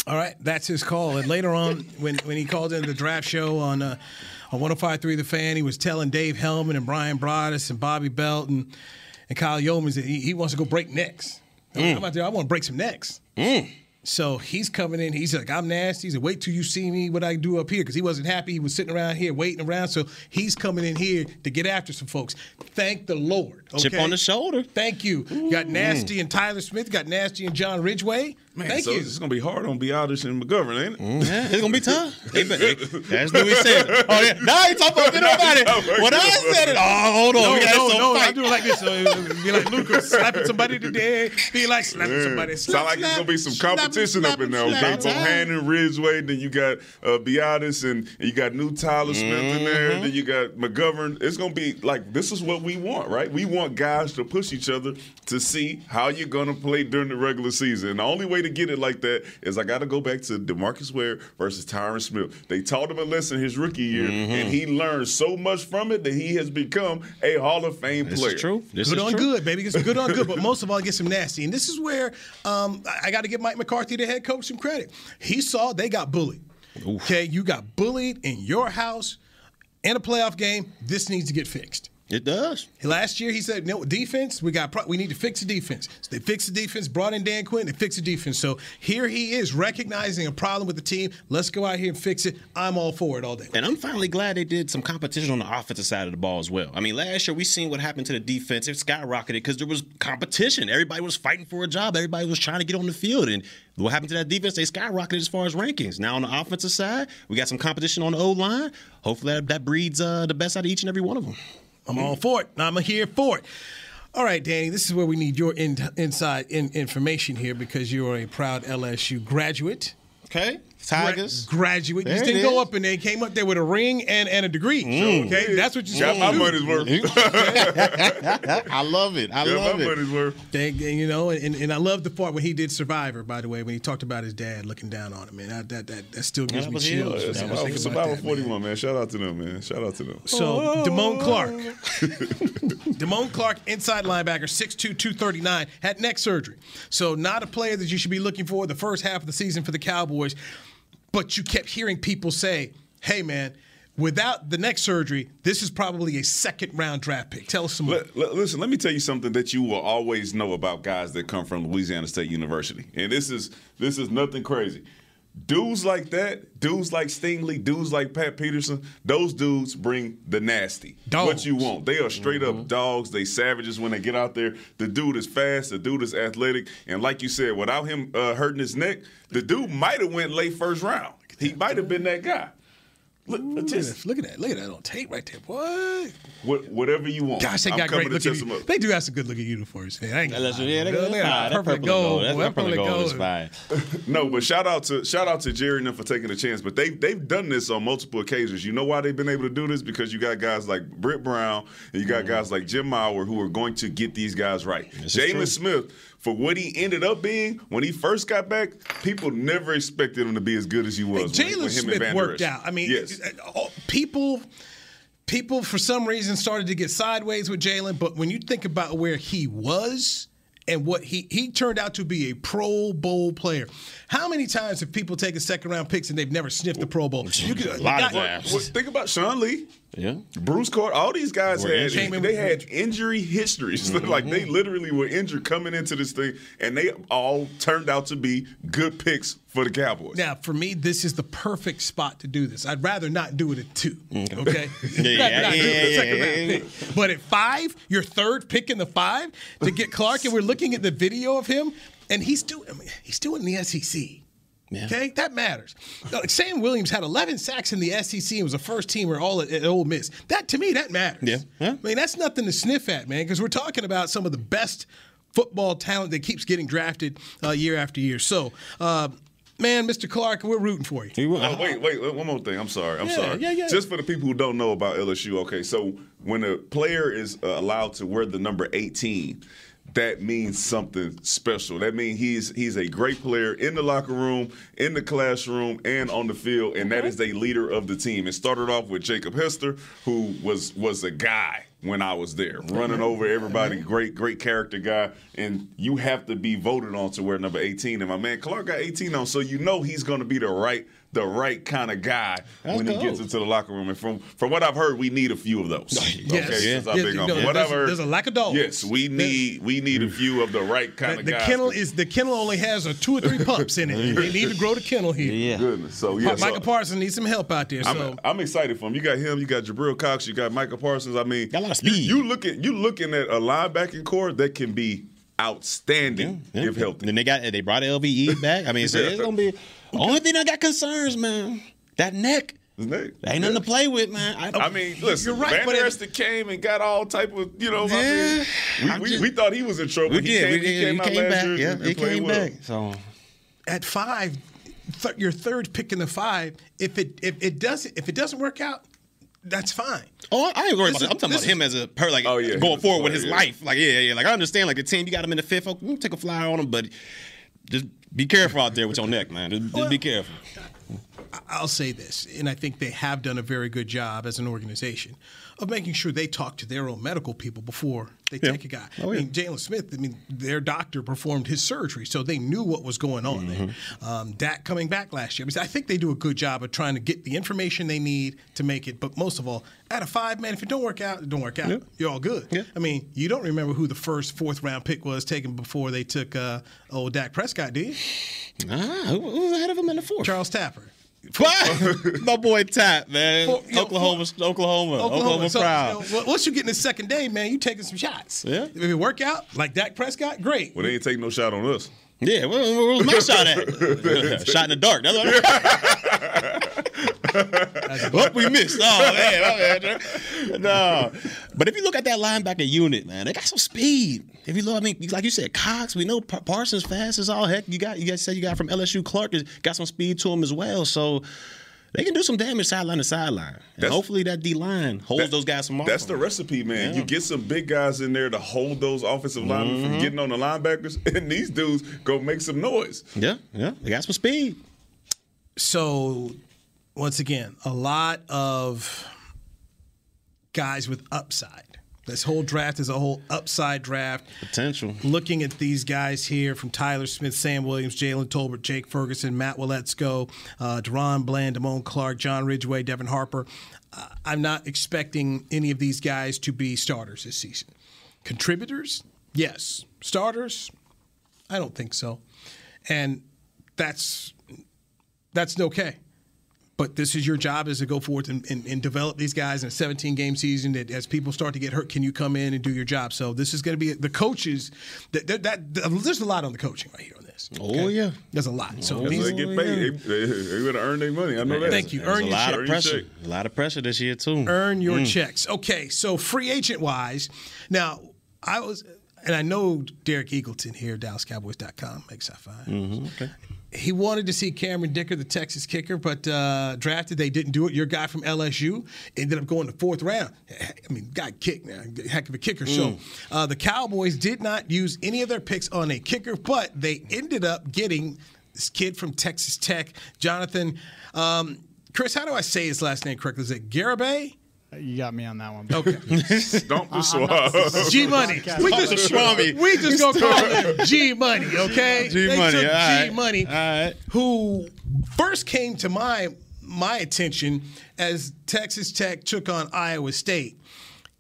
Speaker 5: All right, that's his call. And later on, when, when he called into the draft show on uh, on 105.3 The Fan, he was telling Dave Hellman and Brian Broaddus and Bobby Belt and, and Kyle Yeomans that he, he wants to go break necks. I'm like,
Speaker 6: Mm.
Speaker 5: I'm out there. I want to break some necks. So he's coming in. He's like, I'm nasty. He's like, wait till you see me what I do up here. Because he wasn't happy. He was sitting around here waiting around. So he's coming in here to get after some folks. Thank the Lord.
Speaker 6: Chip on the shoulder. Mm.
Speaker 5: Thank you. You Got nasty and Tyler Smith. Got nasty and John Ridgeway.
Speaker 3: Man,
Speaker 5: Thank
Speaker 3: so
Speaker 5: you.
Speaker 3: it's gonna be hard on Biotis and McGovern, ain't it?
Speaker 6: Mm-hmm. Yeah, it's gonna be tough. They bet- they- That's Louis said. it. Oh yeah, now he talking about about it. When I said it, oh hold on,
Speaker 5: No,
Speaker 6: we got
Speaker 5: no,
Speaker 6: some
Speaker 5: no,
Speaker 6: fight.
Speaker 5: I do it like this. So it would be like Lucas slapping somebody today. Be like slapping somebody. Slap,
Speaker 3: Sound like it's
Speaker 5: slap,
Speaker 3: gonna be some
Speaker 5: slap,
Speaker 3: competition
Speaker 5: slap,
Speaker 3: up in there.
Speaker 5: slap,
Speaker 3: Okay, from
Speaker 5: slap.
Speaker 3: Hannon, Ridgeway, then you got uh, Biotis, and, and you got New Tyler Smith in there.
Speaker 6: Mm-hmm.
Speaker 3: Then you got McGovern. It's gonna be like this is what we want, right? We want guys to push each other to see how you're gonna play during the regular season. And the only way to get it like that is I got to go back to Demarcus Ware versus Tyron Smith. They taught him a lesson his rookie year,
Speaker 6: Mm-hmm.
Speaker 3: and he learned so much from it that he has become a Hall of Fame
Speaker 6: This is
Speaker 3: player.
Speaker 6: true. This
Speaker 5: good on good, baby. It's good on good, but most of all, get some nasty. And this is where um, I, I got to give Mike McCarthy, the head coach, some credit. He saw they got bullied. Okay, you got bullied in your house in a playoff game. This needs to get fixed.
Speaker 6: It does.
Speaker 5: Last year, he said, "No defense. We got. Pro- we need to fix the defense." So they fixed the defense. Brought in Dan Quinn. They fixed the defense. So here he is recognizing a problem with the team. Let's go out here and fix it. I'm all for it all day.
Speaker 6: And I'm finally glad they did some competition on the offensive side of the ball as well. I mean, last year we seen what happened to the defense. It skyrocketed because there was competition. Everybody was fighting for a job. Everybody was trying to get on the field. And what happened to that defense? They skyrocketed as far as rankings. Now on the offensive side, we got some competition on the O line. Hopefully that, that breeds uh, the best out of each and every one of them.
Speaker 5: I'm all for it. I'm here for it. All right, Danny, this is where we need your in, inside in, information here because you are a proud LSU graduate.
Speaker 6: Okay, Tigers.
Speaker 5: graduate.
Speaker 6: There
Speaker 5: you
Speaker 6: it
Speaker 5: just didn't go
Speaker 6: is. Mm.
Speaker 5: up and they came up there with a ring and, and a degree. Okay, that's what you
Speaker 3: Got my
Speaker 5: supposed to do.
Speaker 3: money's worth.
Speaker 6: I love it. I
Speaker 3: Got
Speaker 6: love
Speaker 3: my
Speaker 6: it.
Speaker 3: money's worth.
Speaker 5: They, they- you know, and, and I love the part when he did Survivor, by the way, when he talked about his dad looking down on him, and that that that, that still gives
Speaker 6: that
Speaker 5: me
Speaker 6: was huge.
Speaker 5: chills.
Speaker 3: That's
Speaker 5: man.
Speaker 3: about-
Speaker 5: Think
Speaker 3: it's
Speaker 5: about
Speaker 3: about
Speaker 5: that, man.
Speaker 3: 41, man. Shout out to them, man. Shout out to them.
Speaker 5: So
Speaker 3: Oh.
Speaker 5: Damone Clark, Damone Clark, inside linebacker, 6'2", 239, had neck surgery. So not a player that you should be looking for the first half of the season for the Cowboys. But you kept hearing people say, "Hey, man." Without the neck surgery, this is probably a second round draft pick. Tell us some more.
Speaker 3: Let- let- listen, let me tell you something that you will always know about guys that come from Louisiana State University, and this is this is nothing crazy. Dudes like that, dudes like Stingley, dudes like Pat Peterson, those dudes bring the nasty. What you
Speaker 5: Dogs. Mm-hmm.
Speaker 3: want. They are straight up dogs. They savages when they get out there. The dude is fast. The dude is athletic. And like you said, without him uh, hurting his neck, the dude might have went late first round. He might have been that guy. Look, just
Speaker 5: Look at that! Look at that on tape right there. What?
Speaker 3: what, whatever you want.
Speaker 5: Gosh, they
Speaker 3: I'm
Speaker 5: got
Speaker 3: coming
Speaker 5: great
Speaker 3: to
Speaker 5: looking.
Speaker 3: test him up.
Speaker 5: They do have some good looking uniforms, man. I ain't gonna
Speaker 6: That's-
Speaker 5: lie.
Speaker 6: yeah, they got
Speaker 5: They
Speaker 6: fire.
Speaker 5: got
Speaker 6: That
Speaker 5: purple and
Speaker 6: purple and
Speaker 5: gold.
Speaker 6: That's
Speaker 5: boy.
Speaker 6: that purple and gold is fire.
Speaker 3: No, but shout out to shout out to Jerry and them for taking a chance. But they they've done this on multiple occasions. You know why they've been able to do this? Because you got guys like Britt Brown and you got guys like Jim Mauer who are going to get these guys right.
Speaker 6: Mm-hmm. is true.
Speaker 3: Jalen Smith, for what he ended up being when he first got back, people never expected him to be as good as he was. when- when him
Speaker 5: Jalen
Speaker 3: and
Speaker 5: Smith
Speaker 3: Van Der
Speaker 5: worked
Speaker 3: Esch.
Speaker 5: out. I mean, uh,
Speaker 3: yes.
Speaker 5: all- people, people for some reason started to get sideways with Jalen. But when you think about where he was and what he he turned out to be a Pro Bowl player. How many times have people taken second round picks and they've never sniffed the Pro Bowl? You could,
Speaker 6: A lot of
Speaker 5: the guy-
Speaker 6: times.
Speaker 3: Well, think about Sean Lee.
Speaker 6: Yeah.
Speaker 3: Bruce Court, all these guys
Speaker 6: Were Mm-hmm.
Speaker 3: had
Speaker 5: injured.
Speaker 3: they had injury histories. like they literally were injured coming into this thing, and they all turned out to be good picks for the Cowboys.
Speaker 5: Now, for me, this is the perfect spot to do this. I'd rather not do it at two. Okay.
Speaker 6: yeah,
Speaker 5: Rather not do it at
Speaker 6: yeah,
Speaker 5: second
Speaker 6: yeah,
Speaker 5: round
Speaker 6: yeah.
Speaker 5: pick. But at five, your third pick in the five to get Clark, and we're looking at the video of him, and he's doing I mean, he's doing the SEC. Okay, that matters. Like, Sam Williams had 11 sacks in the SEC and was a first teamer all at, at Ole Miss. That to me, that matters.
Speaker 6: Yeah, yeah.
Speaker 5: I mean, that's nothing to sniff at, man, because we're talking about some of the best football talent that keeps getting drafted uh, year after year. So, uh, man, Mr. Clark, we're rooting for you.
Speaker 3: Oh, wait, wait, wait, one more thing. I'm sorry. I'm
Speaker 6: Yeah,
Speaker 3: sorry.
Speaker 6: yeah, yeah.
Speaker 3: Just for the people who don't know about LSU, okay, so when a player is uh, allowed to wear the number 18, that means something special. That means he's he's a great player in the locker room, in the classroom, and on the field, and that is a leader of the team. It started off with Jacob Hester, who was was a guy when I was there, running over everybody, great, great character guy. And you have to be voted on to wear number 18. And my man Clark got 18 on, so you know he's gonna be the right, the right kind of guy
Speaker 5: That's
Speaker 3: when he
Speaker 5: dope.
Speaker 3: gets into the locker room. And from from what I've heard, we need a few of those.
Speaker 5: Yes.
Speaker 3: since I've
Speaker 5: Yes,
Speaker 3: been
Speaker 5: you
Speaker 3: gone.
Speaker 5: know,
Speaker 3: From what I've
Speaker 5: there's-
Speaker 3: heard,
Speaker 5: there's a lack of dogs.
Speaker 3: Yes, we need we need a few of the right kind
Speaker 5: The,
Speaker 3: of
Speaker 5: the
Speaker 3: guys.
Speaker 5: kennel is the kennel only has a two or three pups in it. They need to grow the kennel here.
Speaker 3: Yeah. Goodness. So yeah. so-
Speaker 5: Michael Parsons needs some help out there. So
Speaker 3: I'm, I'm excited for him. You got him. You got Jabril Cox. You got Michael Parsons. I mean, You, you looking you looking at a linebacking core that can be outstanding if healthy.
Speaker 6: And they got they brought
Speaker 5: E
Speaker 6: LVE back. I mean, so it's gonna be only thing I got concerns, man. That neck.
Speaker 3: Ain't
Speaker 6: nothing to play with, man.
Speaker 3: I mean, listen,
Speaker 6: You're right,
Speaker 3: Van
Speaker 6: but it-
Speaker 3: Der Esten came and got all type of, you know, I mean, we, we, we thought he was in trouble. he
Speaker 6: We did,
Speaker 3: Came,
Speaker 6: we
Speaker 3: He
Speaker 6: did.
Speaker 3: came
Speaker 6: He
Speaker 3: out
Speaker 6: came
Speaker 3: last
Speaker 6: back,
Speaker 3: year
Speaker 6: yeah,
Speaker 3: and
Speaker 6: he
Speaker 3: played
Speaker 6: came
Speaker 3: well.
Speaker 6: back. So
Speaker 5: at five, th- your third pick in the five. If it if it doesn't if it doesn't work out, that's fine.
Speaker 6: Oh, I ain't worried about that. I'm talking about him as a per, like going forward with his life. Like, yeah, yeah. Like I understand, like the team, you got him in the fifth. Oh, we'll take a flyer on him, but just be careful out there with your neck, man. Just, just be careful.
Speaker 5: I'll say this, and I think they have done a very good job as an organization of making sure they talk to their own medical people before they
Speaker 6: Yeah.
Speaker 5: take a guy.
Speaker 6: Oh,
Speaker 5: I
Speaker 6: yeah.
Speaker 5: mean, Jalen Smith, I mean, their doctor performed his surgery, so they knew what was going on there.
Speaker 6: Mm-hmm.
Speaker 5: Um, Dak coming back last year. I, mean, I think they do a good job of trying to get the information they need to make it, but most of all, out of five, man, if it don't work out, it don't work out.
Speaker 6: Yeah.
Speaker 5: You're all good. I mean, you don't remember who the first fourth round pick was taken before they took uh, old Dak Prescott, do you?
Speaker 6: Ah, who, who was ahead of him in the fourth?
Speaker 5: Charles Tapper.
Speaker 6: What? My boy Tap, man.
Speaker 5: For- yo,
Speaker 6: Oklahoma, Oklahoma, Oklahoma,
Speaker 5: So,
Speaker 6: proud.
Speaker 5: so, on- once you get in the second day, man, you taking some shots.
Speaker 6: Yeah.
Speaker 5: If it work out like Dak Prescott, great.
Speaker 3: Well, they ain't take no shot on us.
Speaker 6: Yeah, where, where was my shot at? shot in the dark. That's what I Well, we missed. Oh man, my bad. no. But if you look at that linebacker unit, man, they got some speed. If you look, I mean, like you said, Cox. We know Par- Parsons fast as all heck. You got, you guys said you got from LSU. Clark has got some speed to him as well. So. They can do some damage sideline to sideline. And hopefully that D line holds those guys some more.
Speaker 3: That's the recipe, man.
Speaker 6: Yeah.
Speaker 3: You get some big guys in there to hold those offensive linemen
Speaker 6: Mhm.
Speaker 3: from getting on the linebackers, and these dudes go make some noise.
Speaker 6: Yeah, yeah. They got some speed.
Speaker 5: So, once again, a lot of guys with upside. This whole draft is a whole upside draft.
Speaker 6: Potential.
Speaker 5: Looking at these guys here from Tyler Smith, Sam Williams, Jalen Tolbert, Jake Ferguson, Matt Willetsko, uh, Deron Bland, Damone Clark, John Ridgeway, Devin Harper. Uh, I'm not expecting any of these guys to be starters this season. Contributors, yes. Starters, I don't think so. And that's that's okay. But this is your job is to go forth and, and, and develop these guys in a 17 game season. That as people start to get hurt, can you come in and do your job? So this is going to be the coaches. That, that, that there's a lot on the coaching right here on this.
Speaker 6: Oh yeah,
Speaker 5: there's a lot. So
Speaker 3: That's
Speaker 5: these,
Speaker 3: what they get paid. They, they, they gotta earn their money. I know that.
Speaker 5: Thank you. Earn
Speaker 6: a
Speaker 5: your
Speaker 6: lot
Speaker 5: check.
Speaker 6: of pressure. A lot of pressure this year too.
Speaker 5: Earn your
Speaker 6: Mm.
Speaker 5: checks. Okay, so free agent wise, now I was, and I know Derek Eagleton here, DallasCowboys.com, XFI.
Speaker 6: Mhm, okay.
Speaker 5: He wanted to see Cameron Dicker, the Texas kicker, but uh, drafted. They didn't do it. Your guy from LSU ended up going to fourth round. I mean, got kicked, man. Heck of a kicker. So
Speaker 6: Mm.
Speaker 5: uh, the Cowboys did not use any of their picks on a kicker, but they ended up getting this kid from Texas Tech, Jonathan. Um, Chris, how do I say his last name correctly? Is it Garibay?
Speaker 2: You got me on that one.
Speaker 5: Okay.
Speaker 3: Don't
Speaker 2: do
Speaker 3: Uh-huh.
Speaker 2: swab.
Speaker 5: G Money. Uh-huh. We
Speaker 2: Don't
Speaker 5: just,
Speaker 2: do swabby.
Speaker 5: we just gonna call him G Money, okay?
Speaker 2: G
Speaker 5: They
Speaker 2: Money,
Speaker 5: took
Speaker 2: all right.
Speaker 5: G Money, who first came to my my attention as Texas Tech took on Iowa State,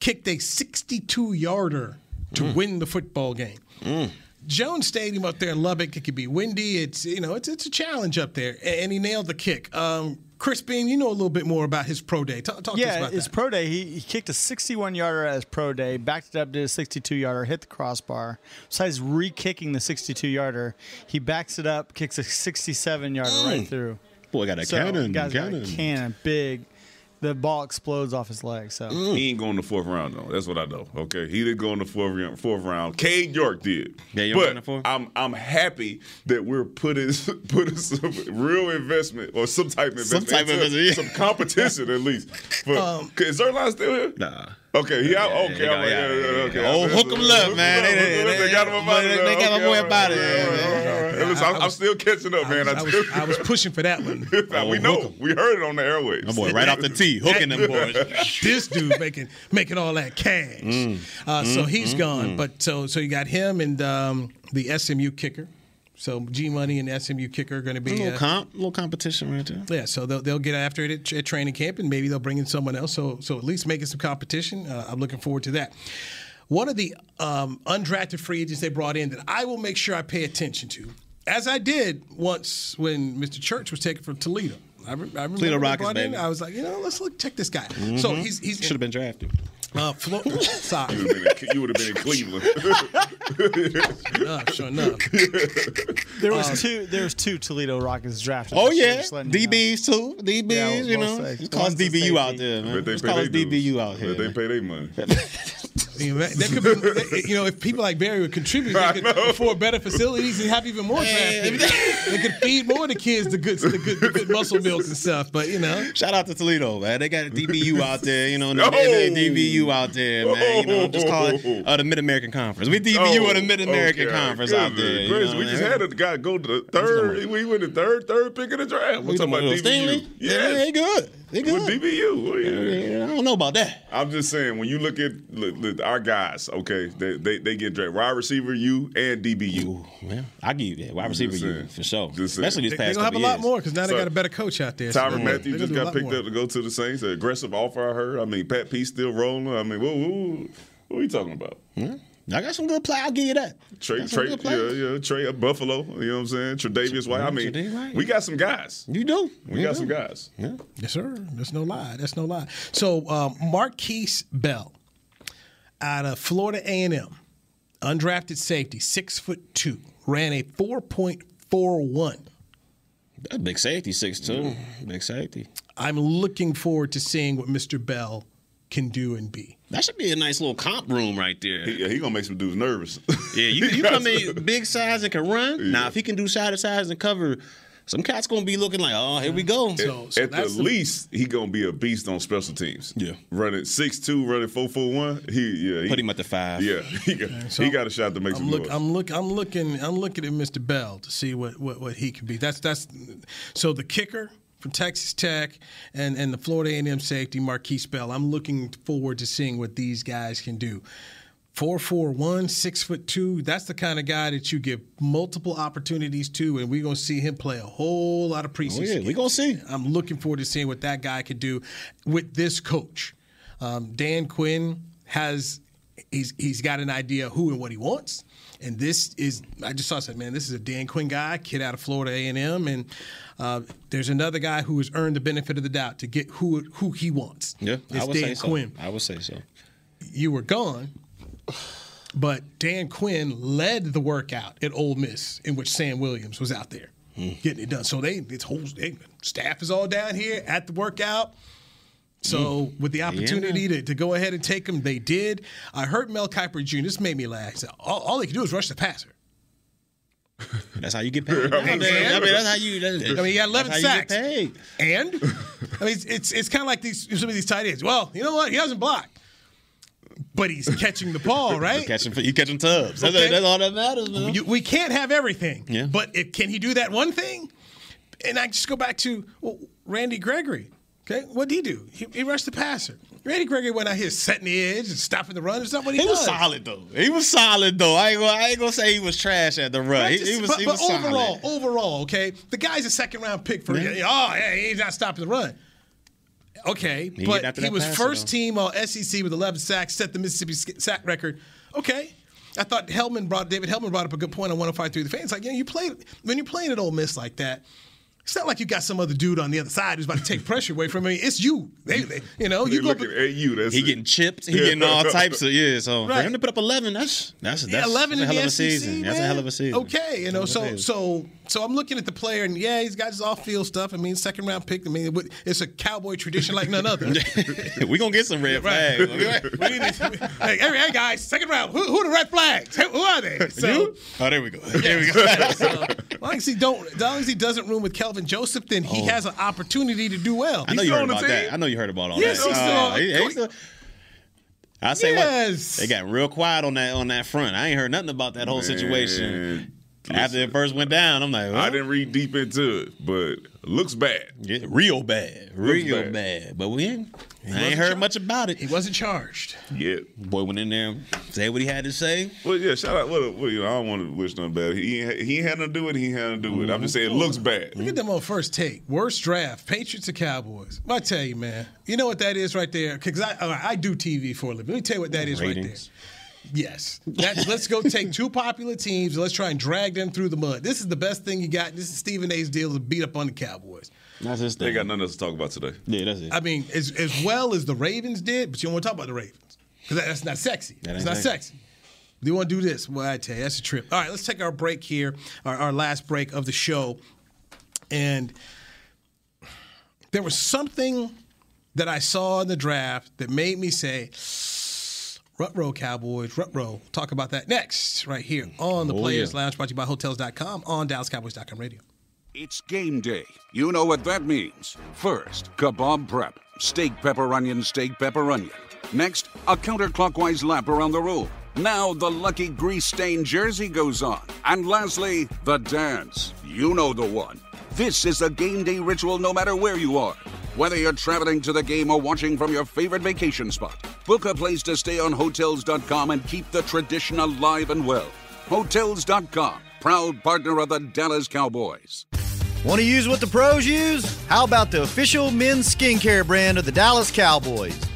Speaker 5: kicked a 62 yarder to
Speaker 2: Hmm.
Speaker 5: win the football game. Jones Stadium up there in Lubbock, it could be windy. It's you know it's it's a challenge up there, A- and he nailed the kick. Um, Chris Bean, you know a little bit more about his pro day. Talk, talk to us
Speaker 2: yeah,
Speaker 5: about
Speaker 2: his
Speaker 5: that.
Speaker 2: pro day, he, he kicked a 61 yarder at his pro day, backed it up, did a 62 yarder, hit the crossbar. Besides re kicking the 62 yarder, he backs it up, kicks a 67 yarder right
Speaker 6: Mm.
Speaker 2: through.
Speaker 6: Boy got a
Speaker 2: So,
Speaker 6: cannon,
Speaker 2: Guys
Speaker 6: cannon.
Speaker 2: Got a cannon, big. The ball explodes off his leg. So
Speaker 6: Mm.
Speaker 3: He ain't going to fourth round though. That's what I know. Okay, he didn't go in the fourth round. Fourth round. Cade York did. Yeah,
Speaker 6: York in the
Speaker 3: but
Speaker 6: fourth?
Speaker 3: I'm I'm happy that we're putting putting some real investment or some type of investment,
Speaker 6: Some type of
Speaker 3: into-
Speaker 6: investment, yeah.
Speaker 3: some competition at least. But
Speaker 6: Um,
Speaker 3: is Erline still here?
Speaker 6: Nah.
Speaker 3: Okay, yeah, okay,
Speaker 6: they
Speaker 3: all
Speaker 6: got-
Speaker 3: right,
Speaker 6: yeah,
Speaker 3: yeah, yeah, okay.
Speaker 6: Oh, hook 'em up, man. They- they-
Speaker 3: They got him up out of
Speaker 6: they-
Speaker 3: there.
Speaker 6: they got my
Speaker 3: Okay,
Speaker 6: boy
Speaker 3: all
Speaker 6: up out of
Speaker 3: right,
Speaker 6: there,
Speaker 3: all right, all right. Hey, Listen, I'm, I'm still catching up, man. I, was, I was
Speaker 5: pushing for that one.
Speaker 3: we know. We heard it on the airwaves.
Speaker 6: My boy right off the tee, hooking them boys.
Speaker 5: this dude making making all that cash. Uh, so
Speaker 6: Mm,
Speaker 5: he's
Speaker 6: mm,
Speaker 5: gone.
Speaker 6: mm.
Speaker 5: But so so you got him and um, the SMU kicker. So G Money and SMU kicker are going to
Speaker 6: A
Speaker 5: be
Speaker 6: little
Speaker 5: uh,
Speaker 6: comp, little competition right there.
Speaker 5: Yeah, so they'll, they'll get after it at, at training camp, and maybe they'll bring in someone else. So so at least making some competition. Uh, I'm looking forward to that. One of the um, undrafted free agents they brought in that I will make sure I pay attention to, as I did once when Mr. Church was taken from Toledo. I, re- I remember
Speaker 6: Toledo
Speaker 5: they
Speaker 6: Rockets,
Speaker 5: brought in,
Speaker 6: baby.
Speaker 5: I was like, you know, let's look check this guy. So he's he's
Speaker 6: should have been drafted.
Speaker 5: uh, Flo- sorry.
Speaker 3: You would've been in- You would have been in Cleveland.
Speaker 5: enough, sure enough.
Speaker 2: There was two. There was two Toledo Rockets drafted.
Speaker 6: Oh
Speaker 2: this year,
Speaker 6: yeah,
Speaker 2: just letting you know.
Speaker 6: DBs too. DBs,
Speaker 2: Yeah,
Speaker 6: you
Speaker 2: both
Speaker 6: know.
Speaker 2: sides.
Speaker 6: Just call us
Speaker 2: One's a
Speaker 6: DBU out
Speaker 2: safety.
Speaker 6: there, man.
Speaker 3: Bet they
Speaker 6: Just
Speaker 3: pay
Speaker 6: call us
Speaker 3: their dues.
Speaker 6: DBU out here.
Speaker 3: Bet they pay their money.
Speaker 5: You know, that could be, you know, if people like Barry would contribute, they could afford better facilities and have even more draft picks. They could feed more to kids the good, the good, the good muscle milk and stuff. But you know,
Speaker 6: Shout out to Toledo, man. They got a DBU out there, you know, and the and the DBU out there, man. You know, just call it uh, the Mid American Conference. We DBU or the Mid American
Speaker 3: Oh! okay,
Speaker 6: Conference
Speaker 3: good
Speaker 6: out there. you
Speaker 3: gracious,
Speaker 6: know
Speaker 3: we
Speaker 6: what
Speaker 3: just
Speaker 6: I mean?
Speaker 3: had a guy go to the third. We went to third, third pick of the draft. We're
Speaker 6: We
Speaker 3: talking about
Speaker 6: talking about Stanley?
Speaker 3: DBU.
Speaker 6: Yeah, they good. They good.
Speaker 3: With DBU. Oh, yeah.
Speaker 6: I don't know about that.
Speaker 3: I'm just saying when you look at look, look, our guys, okay, they they, they get drafted. Wide receiver, you and DBU.
Speaker 6: Well, I give you that wide receiver you for sure, especially
Speaker 5: they,
Speaker 6: these past
Speaker 5: they gonna have a
Speaker 6: couple
Speaker 5: lot
Speaker 6: years.
Speaker 5: more because now they
Speaker 3: So,
Speaker 5: got a better coach out there.
Speaker 3: Tyron
Speaker 5: they-
Speaker 3: Matthew
Speaker 5: they
Speaker 3: just
Speaker 5: gonna do a
Speaker 3: got
Speaker 5: lot
Speaker 3: picked
Speaker 5: more.
Speaker 3: up to go to the Saints. An aggressive offer I heard. I mean, Pat P still rolling. I mean, what, what, what are you talking about?
Speaker 6: Hmm? I got some good play. I'll give you that.
Speaker 3: Trey,
Speaker 6: That's some
Speaker 3: Trey,
Speaker 6: good
Speaker 3: yeah,
Speaker 6: players.
Speaker 3: yeah, Trey at Buffalo. You know what I'm saying? Tre'Davious White. I
Speaker 6: Tre'Davious
Speaker 3: mean,
Speaker 6: White.
Speaker 3: we got some guys.
Speaker 6: You do.
Speaker 3: We
Speaker 6: You
Speaker 3: got
Speaker 6: do.
Speaker 3: some guys.
Speaker 5: Yes, sir. That's no lie. That's no lie. So um, Marquise Bell, out of Florida A and M, undrafted safety, six foot two, ran a four point four one.
Speaker 6: That's big safety six too.
Speaker 3: Mm.
Speaker 6: Big safety.
Speaker 5: I'm looking forward to seeing what Mr. Bell can do and be.
Speaker 6: That should be a nice little comp room right there.
Speaker 3: Yeah, he gonna make some dudes nervous.
Speaker 6: Yeah, you, you come in big size and can run. Now, if he can do side to sides and cover, some cats gonna be looking like, oh, here we go.
Speaker 3: Mm. at the least, he gonna be a beast on special teams. Yeah, running six two, running four four one. He yeah, he,
Speaker 6: Put him at the five.
Speaker 3: yeah. He got, he got a shot to make
Speaker 5: I'm
Speaker 3: some
Speaker 5: look,
Speaker 3: noise.
Speaker 5: I'm look, I'm looking, I'm looking at Mr. Bell to see what what, what he can be. That's that's so the kicker from Texas Tech and and the Florida A&M safety Marquise Bell. I'm looking forward to seeing what these guys can do. Four four one, six foot two. That's the kind of guy that you give multiple opportunities to, and we're gonna see him play a whole lot of preseason.
Speaker 6: Oh, yeah, we
Speaker 5: games.
Speaker 6: gonna see.
Speaker 5: I'm looking forward to seeing what that guy can do with this coach. Um, Dan Quinn has he's he's got an idea who and what he wants, and this is I just saw said man this is a Dan Quinn guy, kid out of Florida A and M, and uh, there's another guy who has earned the benefit of the doubt to get who who he wants.
Speaker 6: Yeah, I
Speaker 5: it's
Speaker 6: would say
Speaker 5: Dan
Speaker 6: so.
Speaker 5: Quinn.
Speaker 6: I would say so.
Speaker 5: You were gone. But Dan Quinn led the workout at Ole Miss, in which Sam Williams was out there
Speaker 6: Hmm.
Speaker 5: getting it done. So they, its whole they, staff is all down here at the workout. So
Speaker 6: Hmm.
Speaker 5: with the opportunity to, to go ahead and take them, they did. I heard Mel Kiper Jr. This made me laugh. He said, All, all they can do is rush the passer.
Speaker 6: That's how you get paid. nowadays. I mean, that's how you. That's,
Speaker 5: I mean, he had 11
Speaker 6: that's how
Speaker 5: sacks.
Speaker 6: You get paid.
Speaker 5: And I mean, it's it's, it's kind of like these some of these tight ends. Well, you know what? He doesn't block, but he's catching the ball, right?
Speaker 6: You catching, you catching tubs. That's,
Speaker 5: Okay.
Speaker 6: that's all that matters, man.
Speaker 5: You- we can't have everything.
Speaker 6: Yeah.
Speaker 5: But if, can he do that one thing? And I just go back to well, Randy Gregory. Okay, what did he do? He, he rushed the passer. Randy Gregory went out here setting the edge and stopping the run. It's not what he,
Speaker 6: He was
Speaker 5: does.
Speaker 6: solid though. He was solid though. I ain't gonna, I ain't gonna say he was trash at the run.
Speaker 5: But,
Speaker 6: He,
Speaker 5: just-
Speaker 6: he was,
Speaker 5: but-
Speaker 6: he
Speaker 5: but
Speaker 6: was solid.
Speaker 5: overall, overall, okay, the guy's a second round pick for.
Speaker 6: Yeah.
Speaker 5: Oh, yeah, he's not stopping the run. Okay,
Speaker 6: He get
Speaker 5: but
Speaker 6: after
Speaker 5: he
Speaker 6: that
Speaker 5: was
Speaker 6: passer,
Speaker 5: first
Speaker 6: though.
Speaker 5: team all SEC with 11 sacks, set the Mississippi sk- sack record. Okay, I thought Hellman brought David Hellman brought up a good point on 105.3 The fans like, you know, you play when you're playing at Ole Miss like that. It's not like you got some other dude on the other side who's about to take pressure away from you. It's you. They, they- you know,
Speaker 3: They
Speaker 5: you go up
Speaker 3: looking at you. That's
Speaker 6: He
Speaker 3: it.
Speaker 6: getting chipped. He
Speaker 3: Yeah.
Speaker 6: getting all types of yeah. So for
Speaker 5: Right.
Speaker 6: him to put up eleven, that's that's that's,
Speaker 5: Yeah, eleven
Speaker 6: that's a
Speaker 5: in
Speaker 6: hell
Speaker 5: the
Speaker 6: of a
Speaker 5: SEC,
Speaker 6: season. That's a
Speaker 5: man.
Speaker 6: hell of a season.
Speaker 5: Okay, you know,
Speaker 6: Hell of a
Speaker 5: so
Speaker 6: season.
Speaker 5: so so I'm looking at the player, and yeah, he's got his off-field stuff. I mean, second round pick. I mean, it would- it's a cowboy tradition like none other.
Speaker 6: we gonna get some red
Speaker 5: Right.
Speaker 6: flags.
Speaker 5: We need to- hey, hey, hey, guys, second round. Who, who are the red flags? Who who are they? So,
Speaker 6: You? Oh, there we go. There we go.
Speaker 5: as long as he don't, as long as he doesn't room with Kelvin Joseph, then he has an opportunity to do well.
Speaker 6: Oh. I know
Speaker 3: He's still
Speaker 6: you heard
Speaker 3: on the
Speaker 6: about
Speaker 3: team?
Speaker 6: that. Uh, I know you heard about all
Speaker 5: Yes,
Speaker 6: that.
Speaker 5: he's still
Speaker 6: Oh,
Speaker 5: on-
Speaker 6: he- he's still- I say what they got real quiet on that on that front. I ain't heard nothing about that whole situation. After it first went down, I'm like,
Speaker 3: I didn't read deep into it, but looks bad.
Speaker 6: Yeah, real bad. Real bad. But we ain't, I ain't heard much about it. He
Speaker 5: wasn't charged.
Speaker 3: Yeah,
Speaker 6: boy went in there, say what he had to say.
Speaker 3: Well, yeah, shout out. What, what you know, I don't want to wish nothing bad. He ain't- he ain't had nothing to do with it. He ain't had nothing to do with it. I'm just saying, it looks bad.
Speaker 6: Mm-hmm.
Speaker 5: Look at them on first take. Worst draft, Patriots or Cowboys. I tell you, man, you know what that is right there? Because I, all right, I do TV for a living. Let me tell you what that is right there.
Speaker 6: Ratings.
Speaker 5: Yes. That's, let's go take two popular teams and let's try and drag them through the mud. This is the best thing you got. This is Stephen A's deal to beat up on the Cowboys.
Speaker 6: That's his
Speaker 3: They got nothing else to talk about today.
Speaker 6: Yeah, that's it.
Speaker 5: I mean, as, as well as the Ravens did, but you don't want to talk about the Ravens because that, that's not sexy.
Speaker 6: That
Speaker 5: it's
Speaker 6: ain't
Speaker 5: not
Speaker 6: sexy.
Speaker 5: sexy. Do you want to do this? Well, I tell you, that's a trip. All right, let's take our break here, our, our last break of the show. And there was something that I saw in the draft that made me say, Rutrow Cowboys, Rutrow. Talk about that next, right here on the
Speaker 7: Oh,
Speaker 5: Players
Speaker 7: yeah.
Speaker 5: Lounge, brought to you by Hotels.com on DallasCowboys.com radio.
Speaker 7: It's game day. You know what that means. First, kebab prep. Steak, pepper, onion, steak, pepper, onion. Next, a counterclockwise lap around the room. Now, the lucky grease stained jersey goes on. And lastly, the dance. You know the one. This is a game day ritual no matter where you are. Whether you're traveling to the game or watching from your favorite vacation spot, book a place to stay on Hotels.com and keep the tradition alive and well. Hotels.com, proud partner of the Dallas Cowboys.
Speaker 8: Want to use what the pros use? How about the official men's skincare brand of the Dallas Cowboys,